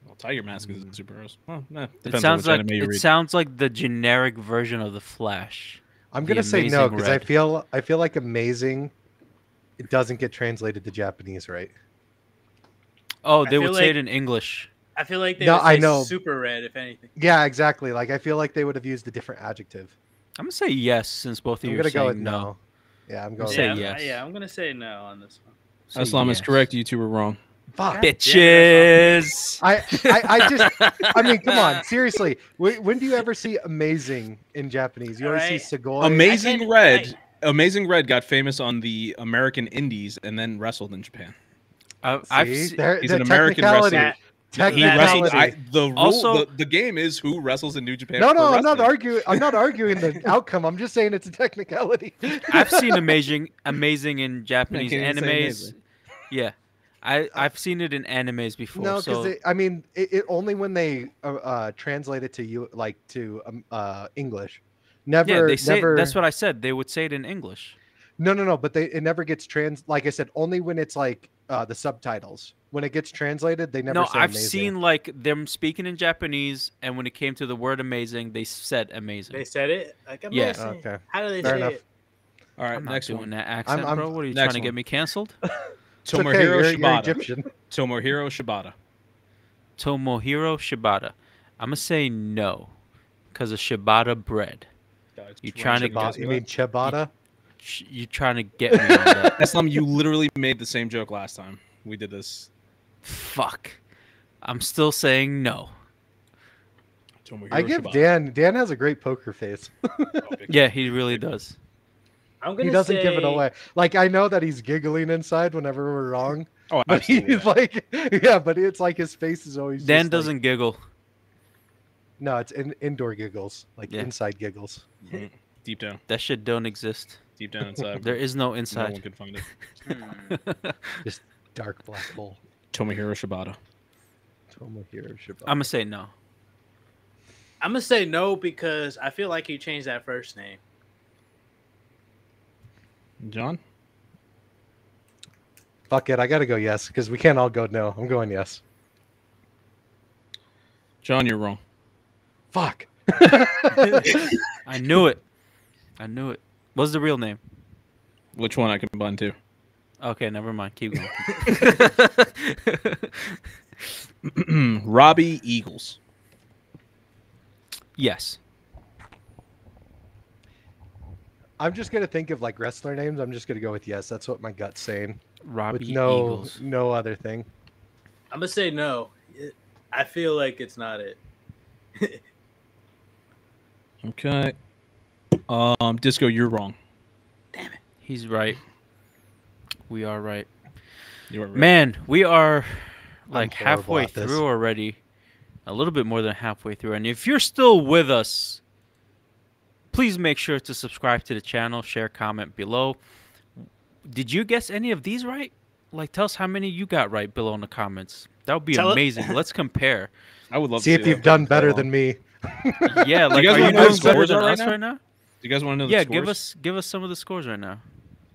Speaker 3: Well, Tiger Mask is a superhero. Well, nah, depends
Speaker 1: Hmm. It
Speaker 3: on
Speaker 1: sounds
Speaker 3: which
Speaker 1: like
Speaker 3: anime you
Speaker 1: it
Speaker 3: read.
Speaker 1: sounds like the generic version of the Flash.
Speaker 2: I'm
Speaker 1: The
Speaker 2: gonna say no
Speaker 1: Amazing
Speaker 2: because I
Speaker 1: Red.
Speaker 2: feel I feel like amazing. It doesn't get translated to Japanese, right?
Speaker 1: Oh,
Speaker 4: I
Speaker 1: they would
Speaker 4: feel
Speaker 1: say
Speaker 4: like-
Speaker 1: it in English.
Speaker 4: I feel like they
Speaker 2: No,
Speaker 4: would say
Speaker 2: I know.
Speaker 4: super red, if anything.
Speaker 2: Yeah, exactly. Like I feel like they would have used a different adjective.
Speaker 1: I'm gonna say yes since both of you
Speaker 2: I'm
Speaker 1: are
Speaker 2: gonna
Speaker 1: saying
Speaker 2: go with
Speaker 1: no.
Speaker 2: no. Yeah, I'm going.
Speaker 1: Say
Speaker 4: yeah,
Speaker 2: with
Speaker 1: yes.
Speaker 4: I'm, yeah, I'm gonna say no on this one.
Speaker 1: Say
Speaker 3: Aslam is
Speaker 1: yes.
Speaker 3: correct. You two were wrong.
Speaker 2: Fuck.
Speaker 1: Bitches.
Speaker 2: I, I, I just, I mean, come on, seriously. When, when do you ever see amazing in Japanese? You always
Speaker 4: Alright.
Speaker 2: see Segoy.
Speaker 4: I
Speaker 3: Amazing
Speaker 4: can-
Speaker 3: Red. Amazing Red got famous on the American Indies and then wrestled in Japan.
Speaker 1: I, I've
Speaker 2: See,
Speaker 1: se-
Speaker 2: there-
Speaker 3: he's
Speaker 2: the
Speaker 3: an American
Speaker 2: technicality.
Speaker 4: wrestler.
Speaker 3: He
Speaker 4: That-
Speaker 3: wrestled. I,
Speaker 2: Technicality.
Speaker 3: the rule,
Speaker 1: Also-
Speaker 3: the, the game is who wrestles in New Japan.
Speaker 2: No,
Speaker 3: Pro
Speaker 2: no, I'm not
Speaker 3: Wrestling.
Speaker 2: arguing. I'm not arguing the outcome. I'm just saying it's a technicality.
Speaker 1: I've seen amazing, amazing in Japanese
Speaker 3: can't even say
Speaker 1: animes.
Speaker 3: amazing.
Speaker 1: Yeah, I I've seen it in animes before.
Speaker 2: No,
Speaker 1: so
Speaker 2: because I mean, it, it only when they uh, uh, translate it to you, like to um, uh, English. Never,
Speaker 1: yeah, they say
Speaker 2: never.
Speaker 1: that's what I said. They would say it in English.
Speaker 2: No, no, no. But they it never gets trans. Like I said, only when it's like uh, the subtitles. When it gets translated, they never.
Speaker 1: no,
Speaker 2: say
Speaker 1: I've
Speaker 2: amazing.
Speaker 1: seen like them speaking in Japanese, and when it came to the word amazing, they said amazing.
Speaker 4: They said it. Like, I'm
Speaker 1: Yeah.
Speaker 4: listening.
Speaker 2: Ah, Okay.
Speaker 4: How do they
Speaker 2: Fair
Speaker 4: say
Speaker 2: enough.
Speaker 4: it?
Speaker 3: All right,
Speaker 1: I'm not
Speaker 3: next
Speaker 1: doing
Speaker 3: one.
Speaker 1: that accent,
Speaker 2: I'm-
Speaker 1: bro. What are you trying
Speaker 3: next
Speaker 1: to get
Speaker 3: one.
Speaker 1: me canceled?
Speaker 2: It's okay,
Speaker 3: Tomohiro
Speaker 2: you're- you're
Speaker 3: Shibata.
Speaker 2: Egyptian.
Speaker 3: Tomohiro Shibata.
Speaker 1: Tomohiro Shibata. I'm gonna say no, because of Shibata bread. You trying to
Speaker 2: Ba-
Speaker 1: Guess
Speaker 2: you mean ciabatta?
Speaker 1: Sh- you trying to get me on that?
Speaker 3: Islam? You literally made the same joke last time we did this.
Speaker 1: Fuck. I'm still saying no.
Speaker 3: Tomohiro
Speaker 2: I give
Speaker 3: Shibata.
Speaker 2: Dan. Dan has a great poker face.
Speaker 3: Oh, big-
Speaker 1: Yeah, he really does.
Speaker 4: I'm gonna
Speaker 2: He doesn't give it
Speaker 4: say-
Speaker 2: away. Like I know that he's giggling inside whenever we're wrong,
Speaker 3: Oh,
Speaker 2: but
Speaker 3: absolutely.
Speaker 2: he's like, yeah, but it's like his face is always.
Speaker 1: Dan
Speaker 2: just, like-
Speaker 1: doesn't giggle.
Speaker 2: no, it's in, indoor giggles, like
Speaker 1: Yeah.
Speaker 2: inside giggles.
Speaker 3: Mhm. deep down,
Speaker 1: That shit don't exist.
Speaker 3: deep down inside,
Speaker 1: There is no
Speaker 3: no one
Speaker 1: inside.
Speaker 3: can find it.
Speaker 4: Hmm.
Speaker 2: Dark black hole.
Speaker 3: Tomohiro Shibata.
Speaker 2: Tomohiro Shibata.
Speaker 1: I'm gonna say no.
Speaker 4: I'm gonna say no because I feel like he changed that first name.
Speaker 3: John.
Speaker 2: Fuck it, I gotta go yes because we can't all go no. I'm going yes.
Speaker 3: John, you're wrong.
Speaker 2: Fuck.
Speaker 1: I knew it. I knew it. What's the real name?
Speaker 3: Which one I combine to?
Speaker 1: Okay, never mind. Keep going.
Speaker 3: Robbie Eagles.
Speaker 1: yes.
Speaker 2: I'm just gonna think of like wrestler names. I'm just gonna go with yes. That's what my gut's saying.
Speaker 1: Robbie
Speaker 2: with no
Speaker 1: Eagles.
Speaker 2: no other thing.
Speaker 4: I'm gonna say no. It- I feel like it's not it.
Speaker 3: Okay. Um, Disco, you're wrong.
Speaker 1: He's right. We are right.
Speaker 3: You are right.
Speaker 1: Man, we are like
Speaker 2: horrible
Speaker 1: halfway
Speaker 2: at this.
Speaker 1: through already. A little bit more than halfway through. And if you're still with us, please make sure to subscribe to the channel, share, comment below. Did you guess any of these right? Like, tell us how many you got right below in the comments. That would be
Speaker 4: Tell us-
Speaker 1: amazing. Let's compare.
Speaker 3: I would love
Speaker 2: See
Speaker 3: to
Speaker 2: if you've done better than me.
Speaker 1: Yeah, like,
Speaker 3: guys
Speaker 1: are you doing
Speaker 3: wanna know the
Speaker 1: better
Speaker 3: scores
Speaker 1: than
Speaker 3: are right
Speaker 1: us
Speaker 3: now?
Speaker 1: right now?
Speaker 3: Do you guys want to know? The
Speaker 1: Yeah,
Speaker 3: scores?
Speaker 1: give us give us some of the scores right now.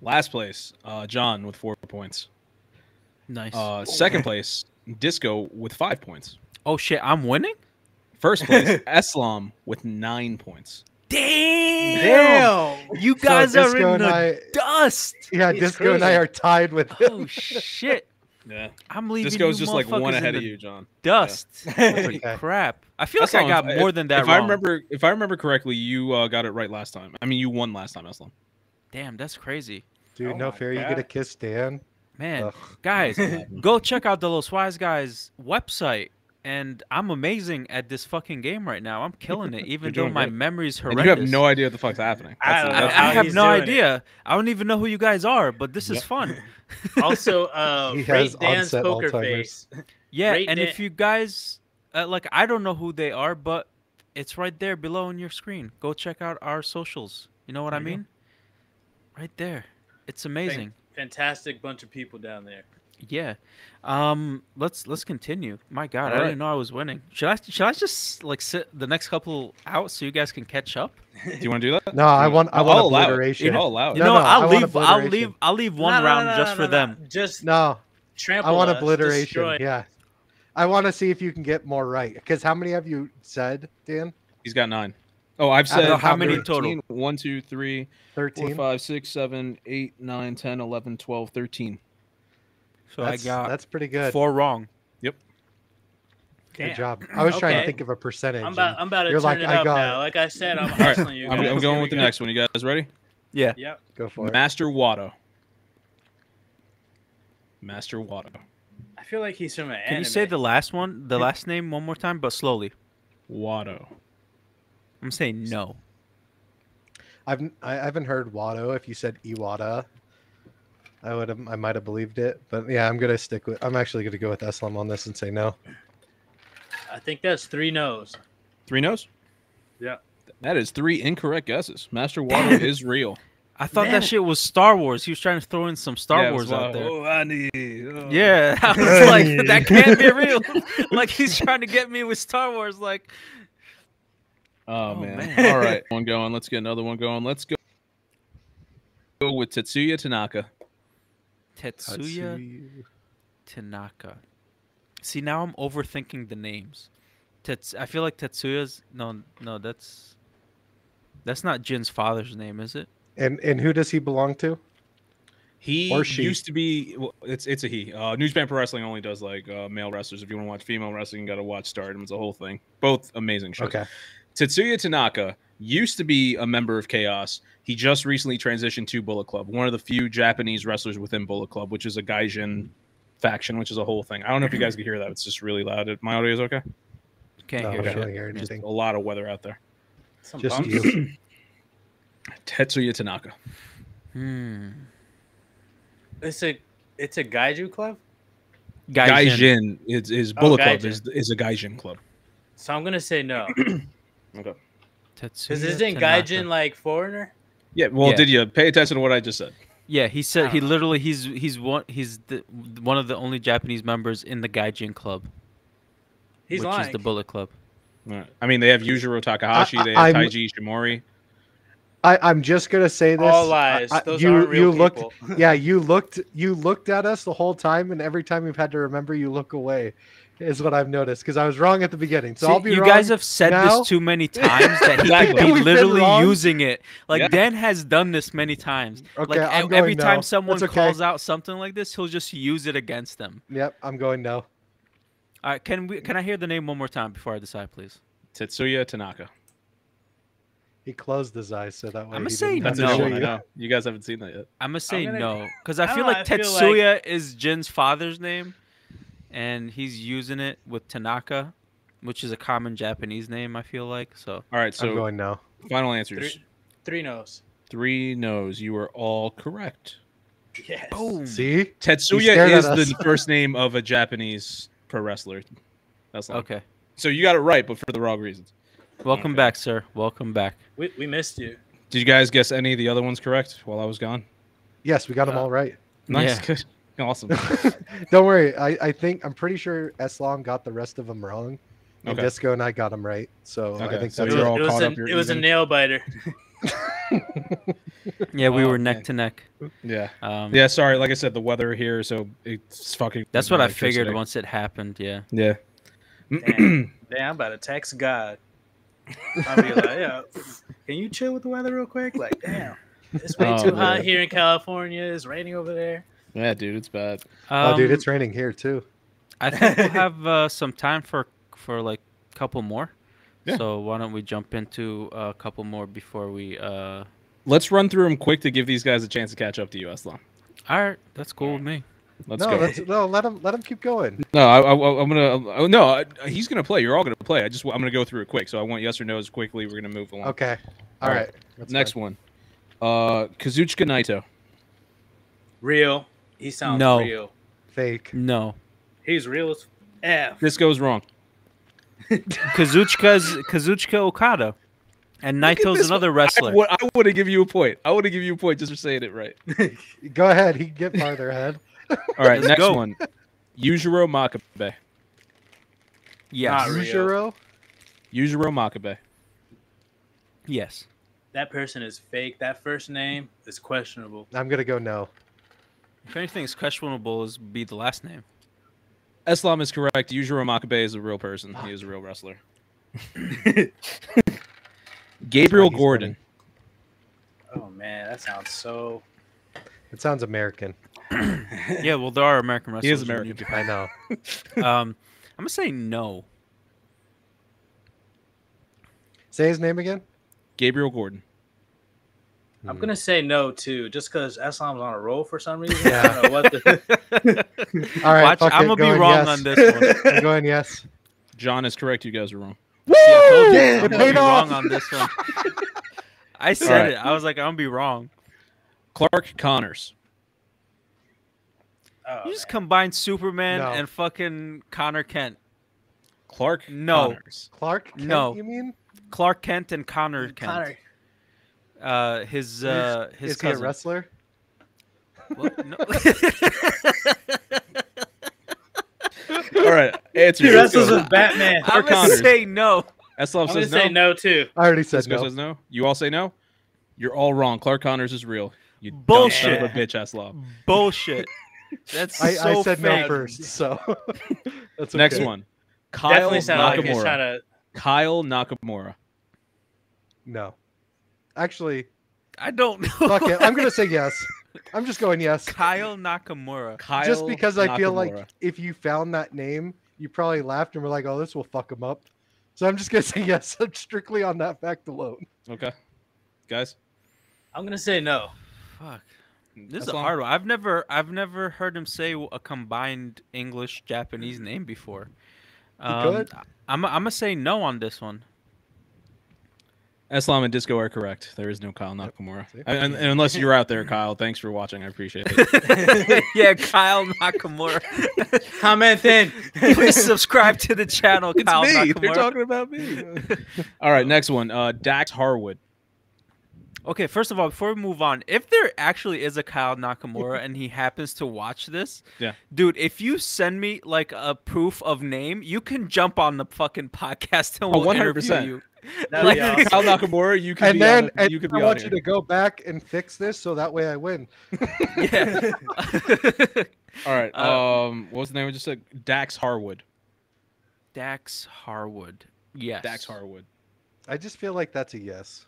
Speaker 3: last place. Uh, John with four points.
Speaker 1: Nice.
Speaker 3: Uh, second place, Disco with five points.
Speaker 1: oh shit, I'm winning.
Speaker 3: First place, Eslam with nine points.
Speaker 1: Damn, you
Speaker 2: So
Speaker 1: guys are
Speaker 2: Disco
Speaker 1: in
Speaker 2: and
Speaker 1: the
Speaker 2: I-
Speaker 1: dust.
Speaker 2: Yeah,
Speaker 4: It's
Speaker 2: Disco and I
Speaker 4: crazy.
Speaker 2: are tied with him.
Speaker 1: Oh shit,
Speaker 3: Yeah,
Speaker 1: I'm leaving.
Speaker 3: Disco's
Speaker 1: you
Speaker 3: just like one
Speaker 1: motherfuckers
Speaker 3: ahead
Speaker 1: in
Speaker 3: of
Speaker 1: the
Speaker 3: you, John.
Speaker 1: Dust. Holy
Speaker 2: okay.
Speaker 1: crap! I feel
Speaker 3: That's
Speaker 1: like I
Speaker 3: all I'm-
Speaker 1: got more
Speaker 3: if-
Speaker 1: than that.
Speaker 3: if
Speaker 1: wrong.
Speaker 3: I remember, if I remember correctly, you uh, got it right last time. I mean, you won last time, Eslam.
Speaker 1: damn, that's crazy,
Speaker 2: Dude,
Speaker 3: Oh
Speaker 2: no
Speaker 3: my
Speaker 2: fair. You get a
Speaker 3: God.
Speaker 2: kiss, Dan.
Speaker 1: man.
Speaker 2: Ugh.
Speaker 1: Guys, go check out the Los Wise Guys website. And I'm amazing at this fucking game right now. I'm killing it, even though
Speaker 3: doing
Speaker 1: my
Speaker 3: great.
Speaker 1: memory's
Speaker 3: And
Speaker 1: horrendous.
Speaker 3: you have no idea what the fuck's happening.
Speaker 4: I
Speaker 3: That's-
Speaker 4: don't know
Speaker 3: that's-
Speaker 1: I, I
Speaker 4: how
Speaker 1: have
Speaker 4: he's
Speaker 1: no
Speaker 4: doing it.
Speaker 1: idea. I don't even know who you guys are, but this is
Speaker 3: Yep.
Speaker 1: fun.
Speaker 4: also, uh,
Speaker 2: He
Speaker 4: rate
Speaker 2: has
Speaker 4: Dan's
Speaker 2: onset
Speaker 4: poker
Speaker 2: Alzheimer's.
Speaker 4: face.
Speaker 1: Yeah,
Speaker 4: Rate
Speaker 1: and
Speaker 4: it.
Speaker 1: if you guys uh, like, I don't know who they are, but it's right there below on your screen. Go check out our socials. You know what I
Speaker 3: There you go.
Speaker 1: mean? Right there. It's amazing.
Speaker 4: Fantastic bunch of people down there.
Speaker 1: Yeah. Um. Let's let's continue. My God, I
Speaker 3: All right.
Speaker 1: didn't know I was winning. Should I should I just like sit the next couple out so you guys can catch up?
Speaker 3: do you want to do that?
Speaker 2: No, I want I
Speaker 3: I'll
Speaker 2: want
Speaker 3: allow it.
Speaker 2: obliteration.
Speaker 3: I'll allow it.
Speaker 1: You
Speaker 2: No,
Speaker 1: know,
Speaker 2: no, I
Speaker 1: I'll
Speaker 2: want
Speaker 1: leave. I'll
Speaker 2: obliteration.
Speaker 1: leave. I'll leave one
Speaker 4: No, no,
Speaker 1: round
Speaker 4: no, no,
Speaker 1: just
Speaker 4: no,
Speaker 1: for
Speaker 4: no.
Speaker 1: them.
Speaker 4: Just
Speaker 2: No,
Speaker 4: trample.
Speaker 2: I want
Speaker 4: us,
Speaker 2: obliteration.
Speaker 4: destroy-
Speaker 2: Yeah. I want to see if you can get more right. Because how many have you said, Dan?
Speaker 3: He's got nine. Oh, I've
Speaker 2: I don't
Speaker 3: said
Speaker 2: know how many
Speaker 3: 13,
Speaker 1: total.
Speaker 3: One, two, three, four,
Speaker 2: 13?
Speaker 3: five, six, seven, eight, nine, 10, 11, 12, 13.
Speaker 1: So
Speaker 2: that's,
Speaker 1: I got
Speaker 2: that's pretty good.
Speaker 1: four wrong.
Speaker 2: Good
Speaker 4: Damn.
Speaker 2: job. I was trying to
Speaker 4: Okay.
Speaker 2: think of a percentage.
Speaker 4: I'm about,
Speaker 2: and-
Speaker 4: I'm about to
Speaker 2: You're
Speaker 4: turn
Speaker 2: like,
Speaker 4: it
Speaker 2: I
Speaker 4: up
Speaker 2: got
Speaker 4: now. Like I said, I'm
Speaker 3: All right,
Speaker 4: hustling you.
Speaker 3: I'm,
Speaker 4: guys.
Speaker 3: I'm
Speaker 4: Here
Speaker 3: going with the
Speaker 4: we go.
Speaker 3: next one. You guys ready?
Speaker 1: Yeah.
Speaker 4: Yep.
Speaker 2: Go for it.
Speaker 3: Master Watto. Master Watto.
Speaker 4: I feel like he's from an
Speaker 1: Can you say the last one, the last name, one more time, but slowly?
Speaker 3: Watto.
Speaker 1: I'm saying no.
Speaker 2: I've n- I haven't heard Watto. If you said Iwata, I would have I might have believed it. But yeah, I'm gonna stick with. I'm actually gonna go with Eslam on this and say no.
Speaker 4: I think that's three no's.
Speaker 3: Three no's?
Speaker 4: Yeah.
Speaker 3: That is three incorrect guesses. Master Watto is real.
Speaker 1: I thought
Speaker 4: Damn
Speaker 1: that
Speaker 4: it.
Speaker 1: shil was Star Wars. He was trying to throw in some Star
Speaker 3: Yeah, it was
Speaker 1: Wars out
Speaker 3: Watto.
Speaker 1: there.
Speaker 3: Oh, I need. oh.
Speaker 1: Yeah, I was like, that can't be real. like he's trying to get me with Star Wars. Like,
Speaker 3: Oh,
Speaker 1: Oh,
Speaker 3: man.
Speaker 1: man.
Speaker 3: All right. One going. Let's get another one going. Let's go. Go with Tetsuya Tanaka.
Speaker 1: Tetsuya Tanaka. See, now I'm overthinking the names. Tets- I feel like Tetsuya's no, no. That's that's not Jin's father's name, is it?
Speaker 2: And and who does he belong to?
Speaker 3: He
Speaker 2: Or she.
Speaker 3: used to be. Well, it's it's a he. Uh, New Japan Pro Wrestling only does like uh, male wrestlers. If you want to watch female wrestling, you got to watch Stardom. It's a whole thing. Both amazing shows.
Speaker 2: Okay.
Speaker 3: Tetsuya Tanaka used to be a member of Chaos. He just recently transitioned to Bullet Club, one of the few Japanese wrestlers within Bullet Club, which is a Gaijin faction, which is a whole thing. I don't know if you guys can hear that. It's just really loud. My audio is okay.
Speaker 1: Can't
Speaker 2: No,
Speaker 1: hear
Speaker 2: I
Speaker 1: shit.
Speaker 2: don't hear
Speaker 3: Just
Speaker 2: anything.
Speaker 3: a lot of weather out there.
Speaker 4: Some
Speaker 2: Just
Speaker 4: bum-
Speaker 2: you.
Speaker 3: Tetsuya Tanaka.
Speaker 1: Hmm.
Speaker 4: It's a it's a gaiju club.
Speaker 1: Gaijin.
Speaker 3: Gaijin is, is Bullet Club
Speaker 4: Gaijin.
Speaker 3: is, is a Gaijin club.
Speaker 4: So I'm gonna say no.
Speaker 3: Okay.
Speaker 4: Because
Speaker 1: Tetsuya
Speaker 4: isn't
Speaker 1: Tanaka.
Speaker 4: gaijin like foreigner?
Speaker 3: Yeah. Well,
Speaker 1: Yeah.
Speaker 3: did you pay attention to what I just said?
Speaker 1: Yeah, he said he
Speaker 4: Ah.
Speaker 1: literally he's he's one he's the, one of the only Japanese members in the Gaijin Club,
Speaker 4: He's
Speaker 1: which
Speaker 4: lying.
Speaker 1: is the Bullet Club.
Speaker 3: Alright. I mean, they have Yujiro Takahashi.
Speaker 2: I-
Speaker 3: they have
Speaker 2: I'm-
Speaker 3: Taiji Ishimori.
Speaker 2: I, I'm just gonna say this.
Speaker 4: All
Speaker 2: I-
Speaker 4: lies.
Speaker 2: I-
Speaker 4: Those
Speaker 2: you
Speaker 4: aren't real
Speaker 2: you looked.
Speaker 4: people.
Speaker 2: Yeah, you looked. You looked at us the whole time, and every time we've had to remember, you look away, is what I've noticed. Because I was wrong at the beginning, so
Speaker 1: See,
Speaker 2: I'll be
Speaker 1: you
Speaker 2: wrong.
Speaker 1: guys have said
Speaker 2: now.
Speaker 1: this too many times that he
Speaker 3: Exactly.
Speaker 1: could be
Speaker 2: We've been
Speaker 1: literally
Speaker 2: wrong.
Speaker 1: using it. Like
Speaker 3: Yeah.
Speaker 1: Dan has done this many times.
Speaker 2: okay,
Speaker 1: like
Speaker 2: I'm
Speaker 1: e-
Speaker 2: going
Speaker 1: every
Speaker 2: no.
Speaker 1: time someone
Speaker 2: That's okay.
Speaker 1: calls out something like this, he'll just use it against them.
Speaker 2: Yep, I'm going no.
Speaker 1: All right, can we can I hear the name one more time before I decide, please?
Speaker 3: Tetsuya Tanaka.
Speaker 2: He closed his eyes so that way.
Speaker 1: I'ma
Speaker 2: he
Speaker 1: say
Speaker 2: didn't
Speaker 3: That's
Speaker 1: No.
Speaker 3: a
Speaker 2: have
Speaker 3: new
Speaker 2: to
Speaker 3: one.
Speaker 2: show
Speaker 3: I
Speaker 2: you.
Speaker 3: know. You guys haven't seen that yet.
Speaker 1: I'm gonna say
Speaker 4: gonna-
Speaker 1: no because I
Speaker 4: I
Speaker 1: feel
Speaker 4: don't know,
Speaker 1: like
Speaker 4: I feel like-
Speaker 1: Tetsuya is Jin's father's name, and he's using it with Tanaka, which is a common Japanese name. I feel like so.
Speaker 3: All right.
Speaker 2: I'm
Speaker 3: So
Speaker 2: going no.
Speaker 3: final answers.
Speaker 4: three, three no's.
Speaker 3: Three no's. You are all correct.
Speaker 4: Yes.
Speaker 1: Boom.
Speaker 2: See,
Speaker 3: Tetsuya
Speaker 2: stared at
Speaker 3: is the
Speaker 2: us.
Speaker 3: first name of a Japanese pro wrestler. That's all.
Speaker 1: Okay.
Speaker 3: So you got it right, but for the wrong reasons.
Speaker 1: Welcome
Speaker 3: Okay.
Speaker 1: back, sir. Welcome back.
Speaker 4: We, we missed you.
Speaker 3: Did you guys guess any of the other ones correct while I was gone?
Speaker 2: yes, we got them
Speaker 4: Uh,
Speaker 2: all right.
Speaker 3: Nice.
Speaker 1: Yeah.
Speaker 3: Good. Awesome.
Speaker 2: Don't worry. I, I think I'm pretty sure Eslon got the rest of them wrong. And
Speaker 3: Okay.
Speaker 2: Disco and I got them right. So I
Speaker 3: Okay,
Speaker 2: think
Speaker 3: so
Speaker 2: that's
Speaker 3: you're
Speaker 4: it was,
Speaker 3: all
Speaker 4: it was
Speaker 3: caught
Speaker 4: a,
Speaker 3: up, you're
Speaker 4: it was a
Speaker 3: even.
Speaker 4: nail biter.
Speaker 1: Yeah, we
Speaker 3: Oh,
Speaker 1: were neck
Speaker 3: man.
Speaker 1: to neck.
Speaker 3: Yeah.
Speaker 1: Um,
Speaker 3: Yeah. Sorry. Like I said, the weather here, so it's fucking.
Speaker 1: That's what I
Speaker 3: electricity.
Speaker 1: figured once it happened. Yeah.
Speaker 3: Yeah.
Speaker 4: Damn. Damn, I'm about to text God. I'll be like, yeah, can you chill with the weather real quick? Like, damn, it's way
Speaker 3: Oh,
Speaker 4: too hot
Speaker 3: man.
Speaker 4: here in California. It's raining over there.
Speaker 3: yeah, dude, it's bad.
Speaker 2: Oh, dude,
Speaker 1: Um,
Speaker 2: it's raining here too.
Speaker 1: I think we'll have uh, some time for for like a couple more.
Speaker 3: Yeah.
Speaker 1: So why don't we jump into a couple more before we? Uh...
Speaker 3: Let's run through them quick to give these guys a chance to catch up to you, Aslan.
Speaker 1: All right, that's cool with me.
Speaker 3: Let's
Speaker 2: No,
Speaker 3: go.
Speaker 2: let's, no, let him let him keep going.
Speaker 3: No, I, I, I'm gonna. oh, no, I, he's gonna play. You're all gonna play. I just. I'm gonna go through it quick. So I want yes or no's quickly. We're gonna
Speaker 1: Hmm.
Speaker 3: move along.
Speaker 2: Okay. All
Speaker 3: All right.
Speaker 2: right.
Speaker 3: Next one. Uh, Kazuchika Naito.
Speaker 4: Real. He sounds
Speaker 1: No.
Speaker 4: real.
Speaker 2: Fake.
Speaker 1: No,
Speaker 4: He's real as f.
Speaker 3: This goes wrong.
Speaker 1: Kazuchika's Kazuchika Okada, and Naito's
Speaker 3: this
Speaker 1: another
Speaker 3: I
Speaker 1: wrestler.
Speaker 3: would. I would have give you a point. I would have give you a point just for saying it right.
Speaker 2: Go ahead. He can get farther ahead.
Speaker 3: All right.
Speaker 1: Let's
Speaker 3: next
Speaker 1: go.
Speaker 3: one. Yujiro Makabe.
Speaker 1: Yes,
Speaker 4: Not real.
Speaker 2: Yujiro.
Speaker 3: Yujiro Makabe.
Speaker 1: yes.
Speaker 4: That person is fake. That first name is questionable.
Speaker 2: I'm gonna go no.
Speaker 1: If anything is questionable, is be the last name.
Speaker 3: Islam is correct. Yujiro Makabe is a real person. He is a real wrestler. Gabriel
Speaker 2: He's
Speaker 3: Gordon.
Speaker 4: Oh man, that sounds so.
Speaker 2: It sounds American.
Speaker 1: Yeah, well, there are American wrestlers.
Speaker 3: He is
Speaker 1: in New
Speaker 3: American.
Speaker 2: I know.
Speaker 1: Japan. Um, I'm gonna say no.
Speaker 2: Say his name again.
Speaker 3: Gabriel Gordon.
Speaker 4: I'm
Speaker 2: Hmm.
Speaker 4: gonna say no too, just because Islam's on a roll for some reason. I
Speaker 2: Yeah.
Speaker 4: don't know what the.
Speaker 2: All right.
Speaker 1: Watch,
Speaker 2: fuck
Speaker 1: I'm
Speaker 2: it,
Speaker 1: gonna be
Speaker 2: going
Speaker 1: wrong
Speaker 2: yes.
Speaker 1: on this one.
Speaker 4: Oh,
Speaker 2: I'm going yes.
Speaker 3: John is correct. You guys are wrong.
Speaker 1: See, I told you,
Speaker 2: Yeah,
Speaker 1: I'm
Speaker 2: it
Speaker 1: gonna be
Speaker 2: paid off.
Speaker 1: wrong on this one. I said
Speaker 3: Alright.
Speaker 1: it. I was like, I'm gonna be wrong.
Speaker 3: Clark Connors.
Speaker 4: Oh,
Speaker 1: You just
Speaker 4: man.
Speaker 1: combined Superman
Speaker 2: No.
Speaker 1: and fucking Connor Kent,
Speaker 3: Clark
Speaker 1: No.
Speaker 3: Connors.
Speaker 2: Clark. Kent,
Speaker 1: No.
Speaker 2: You mean?
Speaker 1: Clark Kent and Connor Kent.
Speaker 4: Connor,
Speaker 1: Uh, his uh, his
Speaker 2: Is he a
Speaker 1: cousin.
Speaker 2: wrestler?
Speaker 1: Well, no.
Speaker 3: All right. Answer.
Speaker 4: he wrestles with Batman.
Speaker 1: I'm gonna
Speaker 3: Connors.
Speaker 1: say no.
Speaker 3: Eslam
Speaker 4: I'm gonna
Speaker 3: says
Speaker 4: say
Speaker 3: no.
Speaker 4: no too.
Speaker 2: I already said
Speaker 3: Cisco
Speaker 2: no.
Speaker 3: says no. You all say no. You're all wrong. Clark Connors is real. You dumb
Speaker 1: Bullshit.
Speaker 3: Son of a bitch, Eslam.
Speaker 1: Bullshit. That's
Speaker 2: I,
Speaker 1: so
Speaker 2: I said
Speaker 1: fake.
Speaker 2: no first, so that's
Speaker 3: Next
Speaker 2: okay.
Speaker 3: one. Kyle
Speaker 4: Definitely sound like he's
Speaker 3: Nakamura.
Speaker 4: trying to.
Speaker 3: Kyle Nakamura.
Speaker 2: No, actually,
Speaker 1: I don't know.
Speaker 2: fuck it. I'm gonna say yes. I'm just going yes.
Speaker 1: Kyle Nakamura.
Speaker 3: Kyle
Speaker 2: just because I feel
Speaker 3: Nakamura.
Speaker 2: like if you found that name, you probably laughed and were like, "Oh, this will fuck him up." So I'm just gonna say yes, strictly on that fact alone.
Speaker 3: Okay. Guys.
Speaker 4: I'm gonna say no.
Speaker 1: Fuck. This is a
Speaker 3: Eslam?
Speaker 1: hard one. I've
Speaker 3: Mm.
Speaker 1: never, I've never heard him say a combined English Japanese name before. Um,
Speaker 2: could.
Speaker 1: I'm I'm gonna say no on this one.
Speaker 3: Islam and Disco are correct. There is no Kyle Nakamura.
Speaker 2: See?
Speaker 3: And, and unless you're out there, Kyle, thanks for watching. I appreciate it.
Speaker 1: yeah, Kyle Nakamura.
Speaker 4: Comment in.
Speaker 1: Please subscribe to the channel, Kyle Nakamura.
Speaker 3: about me. all right, next one. Uh, Dax Harwood.
Speaker 1: Okay, first of all, before we move on, if there actually is a Kyle Nakamura and he happens to watch this,
Speaker 3: Yeah.
Speaker 1: dude, if you send me like a proof of name, you can jump on the fucking podcast and
Speaker 3: Oh,
Speaker 1: we'll
Speaker 3: 100%.
Speaker 1: interview
Speaker 4: That'd be
Speaker 1: Like-
Speaker 4: awesome.
Speaker 3: Kyle Nakamura, you can
Speaker 2: and
Speaker 3: be
Speaker 2: then
Speaker 3: on,
Speaker 2: and
Speaker 3: you could
Speaker 2: I
Speaker 3: be on
Speaker 2: want you
Speaker 3: here.
Speaker 2: to go back and fix this so that way I win.
Speaker 1: you. Yeah.
Speaker 3: All right.
Speaker 1: uh,
Speaker 3: um, what was the name I just said? Dax Harwood.
Speaker 1: Dax Harwood. Yes.
Speaker 3: Dax Harwood.
Speaker 2: I just feel like that's a yes.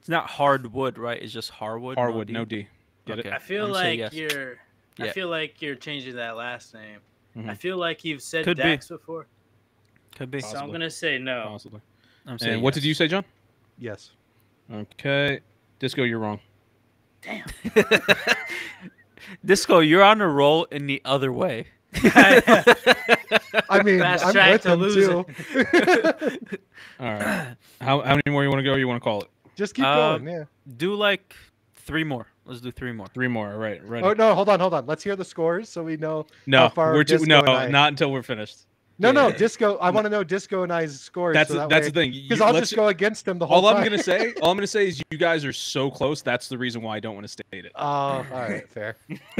Speaker 1: It's not hardwood, right? It's just Harwood.
Speaker 3: Harwood, no
Speaker 1: D.
Speaker 3: D. Get it?
Speaker 1: Okay.
Speaker 4: I feel
Speaker 1: I'm gonna say
Speaker 4: like
Speaker 1: yes.
Speaker 4: you're. I
Speaker 1: Yeah. Mm-hmm.
Speaker 4: feel like you're changing that last name. I
Speaker 3: Mhm.
Speaker 4: feel like you've said
Speaker 1: Could be.
Speaker 4: Dax before,
Speaker 1: Could be.
Speaker 4: so I'm
Speaker 3: Possibly.
Speaker 4: gonna say no.
Speaker 3: Possibly.
Speaker 1: I'm saying
Speaker 3: And what did you say, John?
Speaker 2: Yes.
Speaker 3: Okay. Disco, you're wrong.
Speaker 4: Damn.
Speaker 1: Disco, you're on a roll in the other way.
Speaker 2: I mean,
Speaker 4: Fast
Speaker 2: I'm
Speaker 4: track
Speaker 2: with
Speaker 4: to
Speaker 2: him
Speaker 4: losing.
Speaker 2: too.
Speaker 3: All right. how, how many more you want to go? Or you want to call it?
Speaker 2: just keep
Speaker 3: Um,
Speaker 1: Uh,
Speaker 2: going. Yeah.
Speaker 1: do like three more. Let's do three more.
Speaker 3: Three more. All right. Ready?
Speaker 2: Oh no, hold on, hold on. Let's hear the scores so we know.
Speaker 3: no,
Speaker 2: how far
Speaker 3: we're too,
Speaker 2: Disco
Speaker 3: no,
Speaker 2: and I-
Speaker 3: not until we're finished.
Speaker 2: No, no,
Speaker 1: Yeah.
Speaker 2: disco. I want to know disco and I's scores.
Speaker 3: That's
Speaker 2: so that
Speaker 3: that's
Speaker 2: way,
Speaker 3: the thing. You-
Speaker 2: because I'll
Speaker 3: let's-
Speaker 2: just go against him the whole
Speaker 3: all
Speaker 2: time.
Speaker 3: I'm gonna say, all I'm gonna say is you guys are so close. That's the reason why I don't want to state it.
Speaker 2: Oh, all right, fair.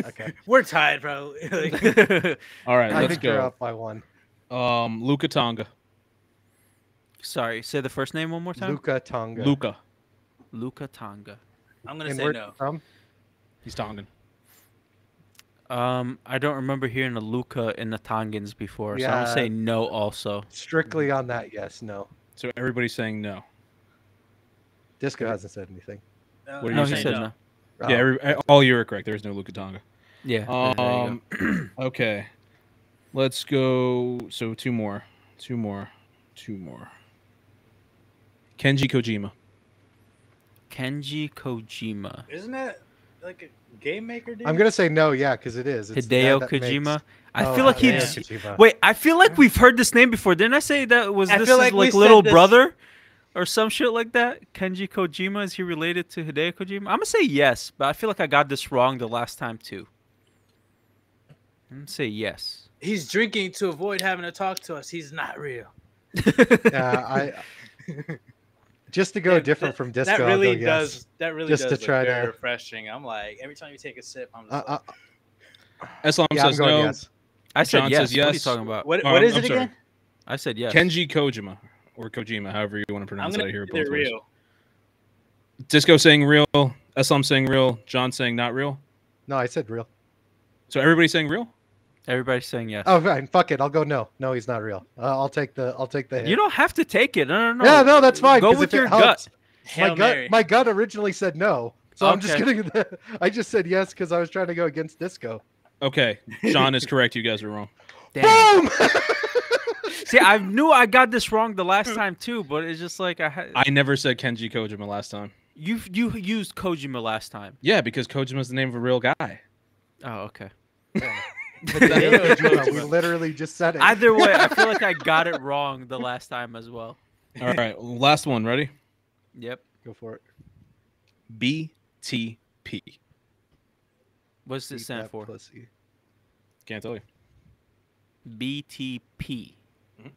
Speaker 2: Okay,
Speaker 4: We're tied probably. Like,
Speaker 3: All right,
Speaker 2: I
Speaker 3: let's
Speaker 2: think you're
Speaker 3: go.
Speaker 2: up by one.
Speaker 3: Um, Luca Tonga,
Speaker 1: Sorry, say the first name one more time.
Speaker 2: Luca Tonga.
Speaker 3: Luca.
Speaker 1: Luca Tonga.
Speaker 4: I'm gonna
Speaker 2: and
Speaker 4: say
Speaker 2: where
Speaker 4: no.
Speaker 2: from?
Speaker 3: He's Tongan.
Speaker 1: Um, I don't remember hearing a Luca in the Tongans before, so I'm
Speaker 2: Yeah.
Speaker 1: gonna say no. Also,
Speaker 2: Strictly on that, yes, no.
Speaker 3: So everybody's saying no.
Speaker 2: Disco hasn't said anything.
Speaker 4: No,
Speaker 3: What do
Speaker 4: I'm
Speaker 3: you
Speaker 1: no,
Speaker 4: saying
Speaker 1: he
Speaker 3: say?
Speaker 1: said no.
Speaker 2: Oh,
Speaker 3: Yeah, every, eh, all you are correct. There is no Luca Tonga.
Speaker 1: Yeah. there- there you go.
Speaker 3: Um, okay, let's go. So two more, two more, two more. Kenji Kojima.
Speaker 1: Kenji Kojima,
Speaker 4: Isn't that like a game maker? Dude?
Speaker 2: I'm gonna say no, yeah, because it is. It's
Speaker 1: Hideo
Speaker 2: that that makes-
Speaker 1: Kojima. I
Speaker 2: Oh,
Speaker 1: feel like
Speaker 2: Hideo
Speaker 1: he's.
Speaker 2: Kojima.
Speaker 1: Wait, I feel like we've heard this name before. Didn't I say that was
Speaker 4: I
Speaker 1: this
Speaker 4: feel
Speaker 1: is
Speaker 4: like
Speaker 1: like,
Speaker 4: we said
Speaker 1: little
Speaker 4: this-
Speaker 1: brother or some shit like that? Kenji Kojima is he related to Hideo Kojima? I'm gonna say yes, but I feel like I got this wrong the last time too. I'm gonna say yes.
Speaker 4: He's drinking to avoid having to talk to us. He's not real.
Speaker 2: Yeah, I. Just to go
Speaker 4: Damn,
Speaker 2: different from disco.
Speaker 4: that
Speaker 2: I'll go
Speaker 4: really
Speaker 2: yes.
Speaker 4: does. That really
Speaker 2: Just
Speaker 4: does
Speaker 2: to
Speaker 4: look
Speaker 2: try
Speaker 4: very
Speaker 2: to-
Speaker 4: refreshing. I'm like every time you take a sip, I'm
Speaker 2: Uh,
Speaker 4: just
Speaker 2: uh,
Speaker 3: Islam
Speaker 4: like,
Speaker 2: yeah, I'm
Speaker 3: says
Speaker 2: going
Speaker 3: no.
Speaker 2: yes.
Speaker 1: I said
Speaker 3: John
Speaker 1: yes.
Speaker 3: says
Speaker 1: What are you
Speaker 3: yes.
Speaker 1: talking about?
Speaker 4: what,
Speaker 3: Oh,
Speaker 4: what
Speaker 3: I'm-
Speaker 4: is
Speaker 3: I'm
Speaker 4: it
Speaker 3: sorry.
Speaker 4: again?
Speaker 1: I said yes.
Speaker 3: Kenji Kojima or Kojima, however you want to
Speaker 4: I'm
Speaker 3: pronounce it. I
Speaker 4: gonna
Speaker 3: hear
Speaker 4: say
Speaker 3: it
Speaker 4: they're
Speaker 3: both ways.
Speaker 4: real.
Speaker 3: Disco saying real, Islam saying real, John saying not real.
Speaker 2: No, I said real.
Speaker 3: So everybody's saying real.
Speaker 1: Everybody's saying yes.
Speaker 2: Oh, fine. Fuck it. I'll go no. No, he's not real. Uh, I'll take the. I'll take the. Hit.
Speaker 1: you don't have to take it. No, no, no.
Speaker 2: Yeah, no, that's fine,
Speaker 1: Go
Speaker 2: 'cause
Speaker 1: with
Speaker 2: if it
Speaker 1: your
Speaker 2: helps-
Speaker 1: gut.
Speaker 4: Hail
Speaker 2: my
Speaker 4: Mary.
Speaker 2: gut, my gut originally said no, so I'm just
Speaker 1: Okay.
Speaker 2: kidding. I just said yes because I was trying to go against disco.
Speaker 3: Okay, John is correct. You guys are wrong.
Speaker 1: Damn.
Speaker 2: Boom!
Speaker 1: See, I knew I got this wrong the last time too, but it's just like I, ha-
Speaker 3: I never said Kenji Kojima last time.
Speaker 1: you you used Kojima last time.
Speaker 3: Yeah, because Kojima's the name of a real guy.
Speaker 1: Oh, okay.
Speaker 2: Hideo Kojima, we literally just said it.
Speaker 1: Either way, I feel like I got it wrong the last time as well.
Speaker 3: All right, last one. Ready?
Speaker 1: Yep.
Speaker 2: go for it.
Speaker 3: BTP.
Speaker 1: What's it
Speaker 2: Eat
Speaker 1: stand
Speaker 2: that
Speaker 1: for?
Speaker 2: pussy.
Speaker 3: Can't tell you.
Speaker 1: BTP.
Speaker 3: Mhm.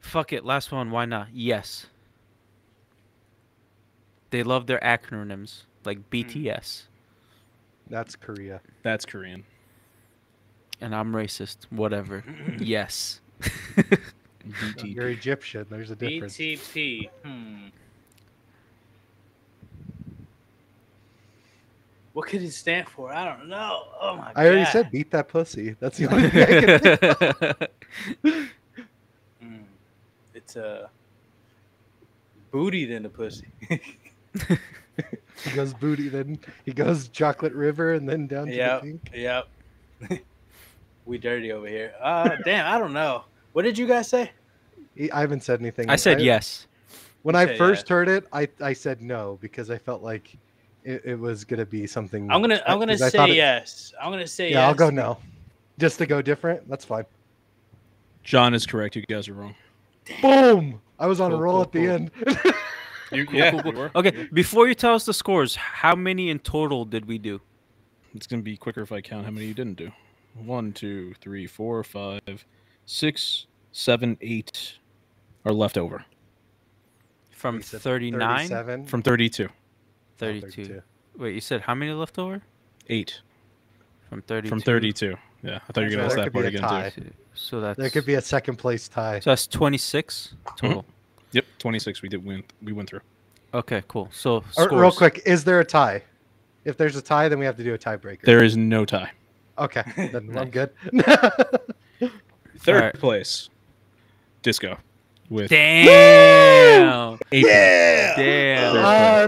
Speaker 1: Fuck it. Last one. Why not? Yes. They love their acronyms
Speaker 3: Hmm.
Speaker 1: like BTS,
Speaker 2: That's Korea.
Speaker 3: That's Korean.
Speaker 1: and I'm racist. Whatever. yes.
Speaker 2: You're
Speaker 3: BTP.
Speaker 2: Egyptian. There's a difference.
Speaker 4: BTP. Hmm. What could it stand for? I don't know. Oh my god.
Speaker 2: I already said beat that pussy. That's the only thing. I can...
Speaker 4: Mm. It's a uh, booty than a pussy.
Speaker 2: He goes booty, then he goes chocolate river, and then down to
Speaker 4: Yep.
Speaker 2: the pink.
Speaker 4: yep. we dirty over here. Uh damn, I don't know. What did you guys say?
Speaker 2: He- I haven't said anything.
Speaker 1: I said yes.
Speaker 2: When
Speaker 4: You
Speaker 2: I
Speaker 4: said
Speaker 2: first heard it, I, I said no because I felt like it, it was gonna be something.
Speaker 4: I'm gonna I'm gonna
Speaker 2: because I thought
Speaker 4: say
Speaker 2: it-
Speaker 4: yes. I'm gonna say
Speaker 2: Yeah, I'll
Speaker 4: yes.
Speaker 2: go no. Just to go different, that's fine.
Speaker 3: John is correct. You guys are wrong.
Speaker 2: Boom! I was on a
Speaker 1: Cool,
Speaker 2: roll
Speaker 1: cool,
Speaker 2: at the
Speaker 1: cool.
Speaker 2: end.
Speaker 3: You,
Speaker 1: Cool,
Speaker 3: yeah,
Speaker 1: cool, cool.
Speaker 3: you were.
Speaker 1: Okay, before you tell us the scores, how many in total did we do?
Speaker 3: It's gonna be quicker if I count how many you didn't do. One, two, three, four, five, six, seven, eight are left over
Speaker 1: From
Speaker 2: We said Oh,
Speaker 1: 39?
Speaker 2: 37?
Speaker 3: from 32.
Speaker 1: 32. Wait, you said how many left over?
Speaker 3: Eight
Speaker 1: From 32.
Speaker 3: from 32. Yeah, I thought you were gonna
Speaker 2: So
Speaker 3: ask
Speaker 2: there
Speaker 3: that
Speaker 2: could be
Speaker 3: part
Speaker 2: a
Speaker 3: again
Speaker 2: tie.
Speaker 3: too.
Speaker 1: So that's,
Speaker 2: There could be a second place tie.
Speaker 1: so that's 26 total.
Speaker 4: Mm-hmm.
Speaker 3: Yep, 26. We did win. We went through.
Speaker 1: Okay, cool. So
Speaker 4: Uh,
Speaker 2: Or,
Speaker 1: scores.
Speaker 2: real quick, is there a tie? If there's a tie, then we have to do a tiebreaker.
Speaker 3: There is no tie.
Speaker 2: Okay, then
Speaker 1: Nice.
Speaker 2: I'm good.
Speaker 3: Third
Speaker 1: Alright.
Speaker 3: place, Disco, with
Speaker 1: Damn.
Speaker 3: eight. points.
Speaker 1: Damn.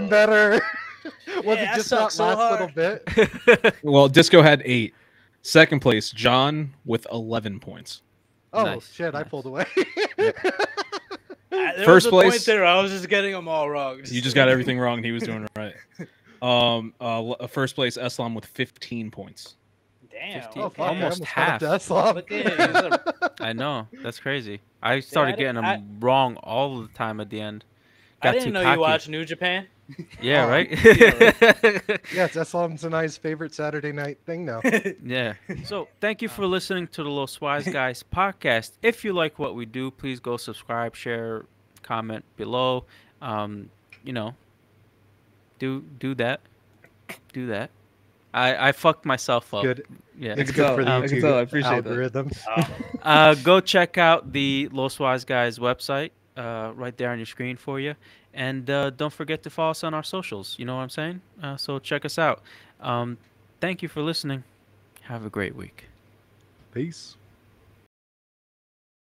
Speaker 2: I'm better. Was
Speaker 4: Yeah, I
Speaker 2: it just
Speaker 4: suck
Speaker 2: that
Speaker 4: so
Speaker 2: last little
Speaker 4: hard.
Speaker 2: bit?
Speaker 3: Well, Disco had eight. Second place, John with 11 points.
Speaker 2: Oh
Speaker 1: Nice,
Speaker 2: shit! I
Speaker 1: nice.
Speaker 2: pulled away.
Speaker 4: I- Uh, there
Speaker 3: First
Speaker 4: was a point
Speaker 3: place-
Speaker 4: there. I was just getting them all wrong.
Speaker 3: You just got everything wrong, and he was doing it right. Um, uh, l- first place, Eslam with 15 points.
Speaker 4: Damn.
Speaker 1: 15.
Speaker 2: oh fuck! I
Speaker 1: Almost
Speaker 2: almost half.
Speaker 1: half.
Speaker 2: That's long.
Speaker 4: Look at it, it was a-
Speaker 1: I know. That's crazy. I started
Speaker 4: I
Speaker 1: getting
Speaker 4: didn't-
Speaker 1: them wrong all the time at the end.
Speaker 4: I
Speaker 1: Got too
Speaker 4: didn't know
Speaker 1: cocky.
Speaker 4: you watched New Japan.
Speaker 1: Yeah,
Speaker 2: Oh,
Speaker 1: right?
Speaker 2: Yeah, it's Eslam's and I's favorite Saturday night thing now.
Speaker 1: Yeah. So thank you for listening to the Los Wise Guys podcast. If you like what we do, please go subscribe, share, comment below. Um, you know, do do that, do that. I I fucked myself up.
Speaker 2: Good.
Speaker 1: Yeah.
Speaker 2: It's
Speaker 5: can
Speaker 2: good
Speaker 5: tell-
Speaker 2: for the
Speaker 5: I can
Speaker 2: YouTube
Speaker 5: tell, I appreciate that.
Speaker 2: algorithm.
Speaker 1: Uh, go check out the Los Wise Guys website. Uh, right there on your screen for you, and uh, don't forget to follow us on our socials. You know what I'm saying? Uh, so check us out. Um, thank you for listening. Have a great week.
Speaker 2: Peace.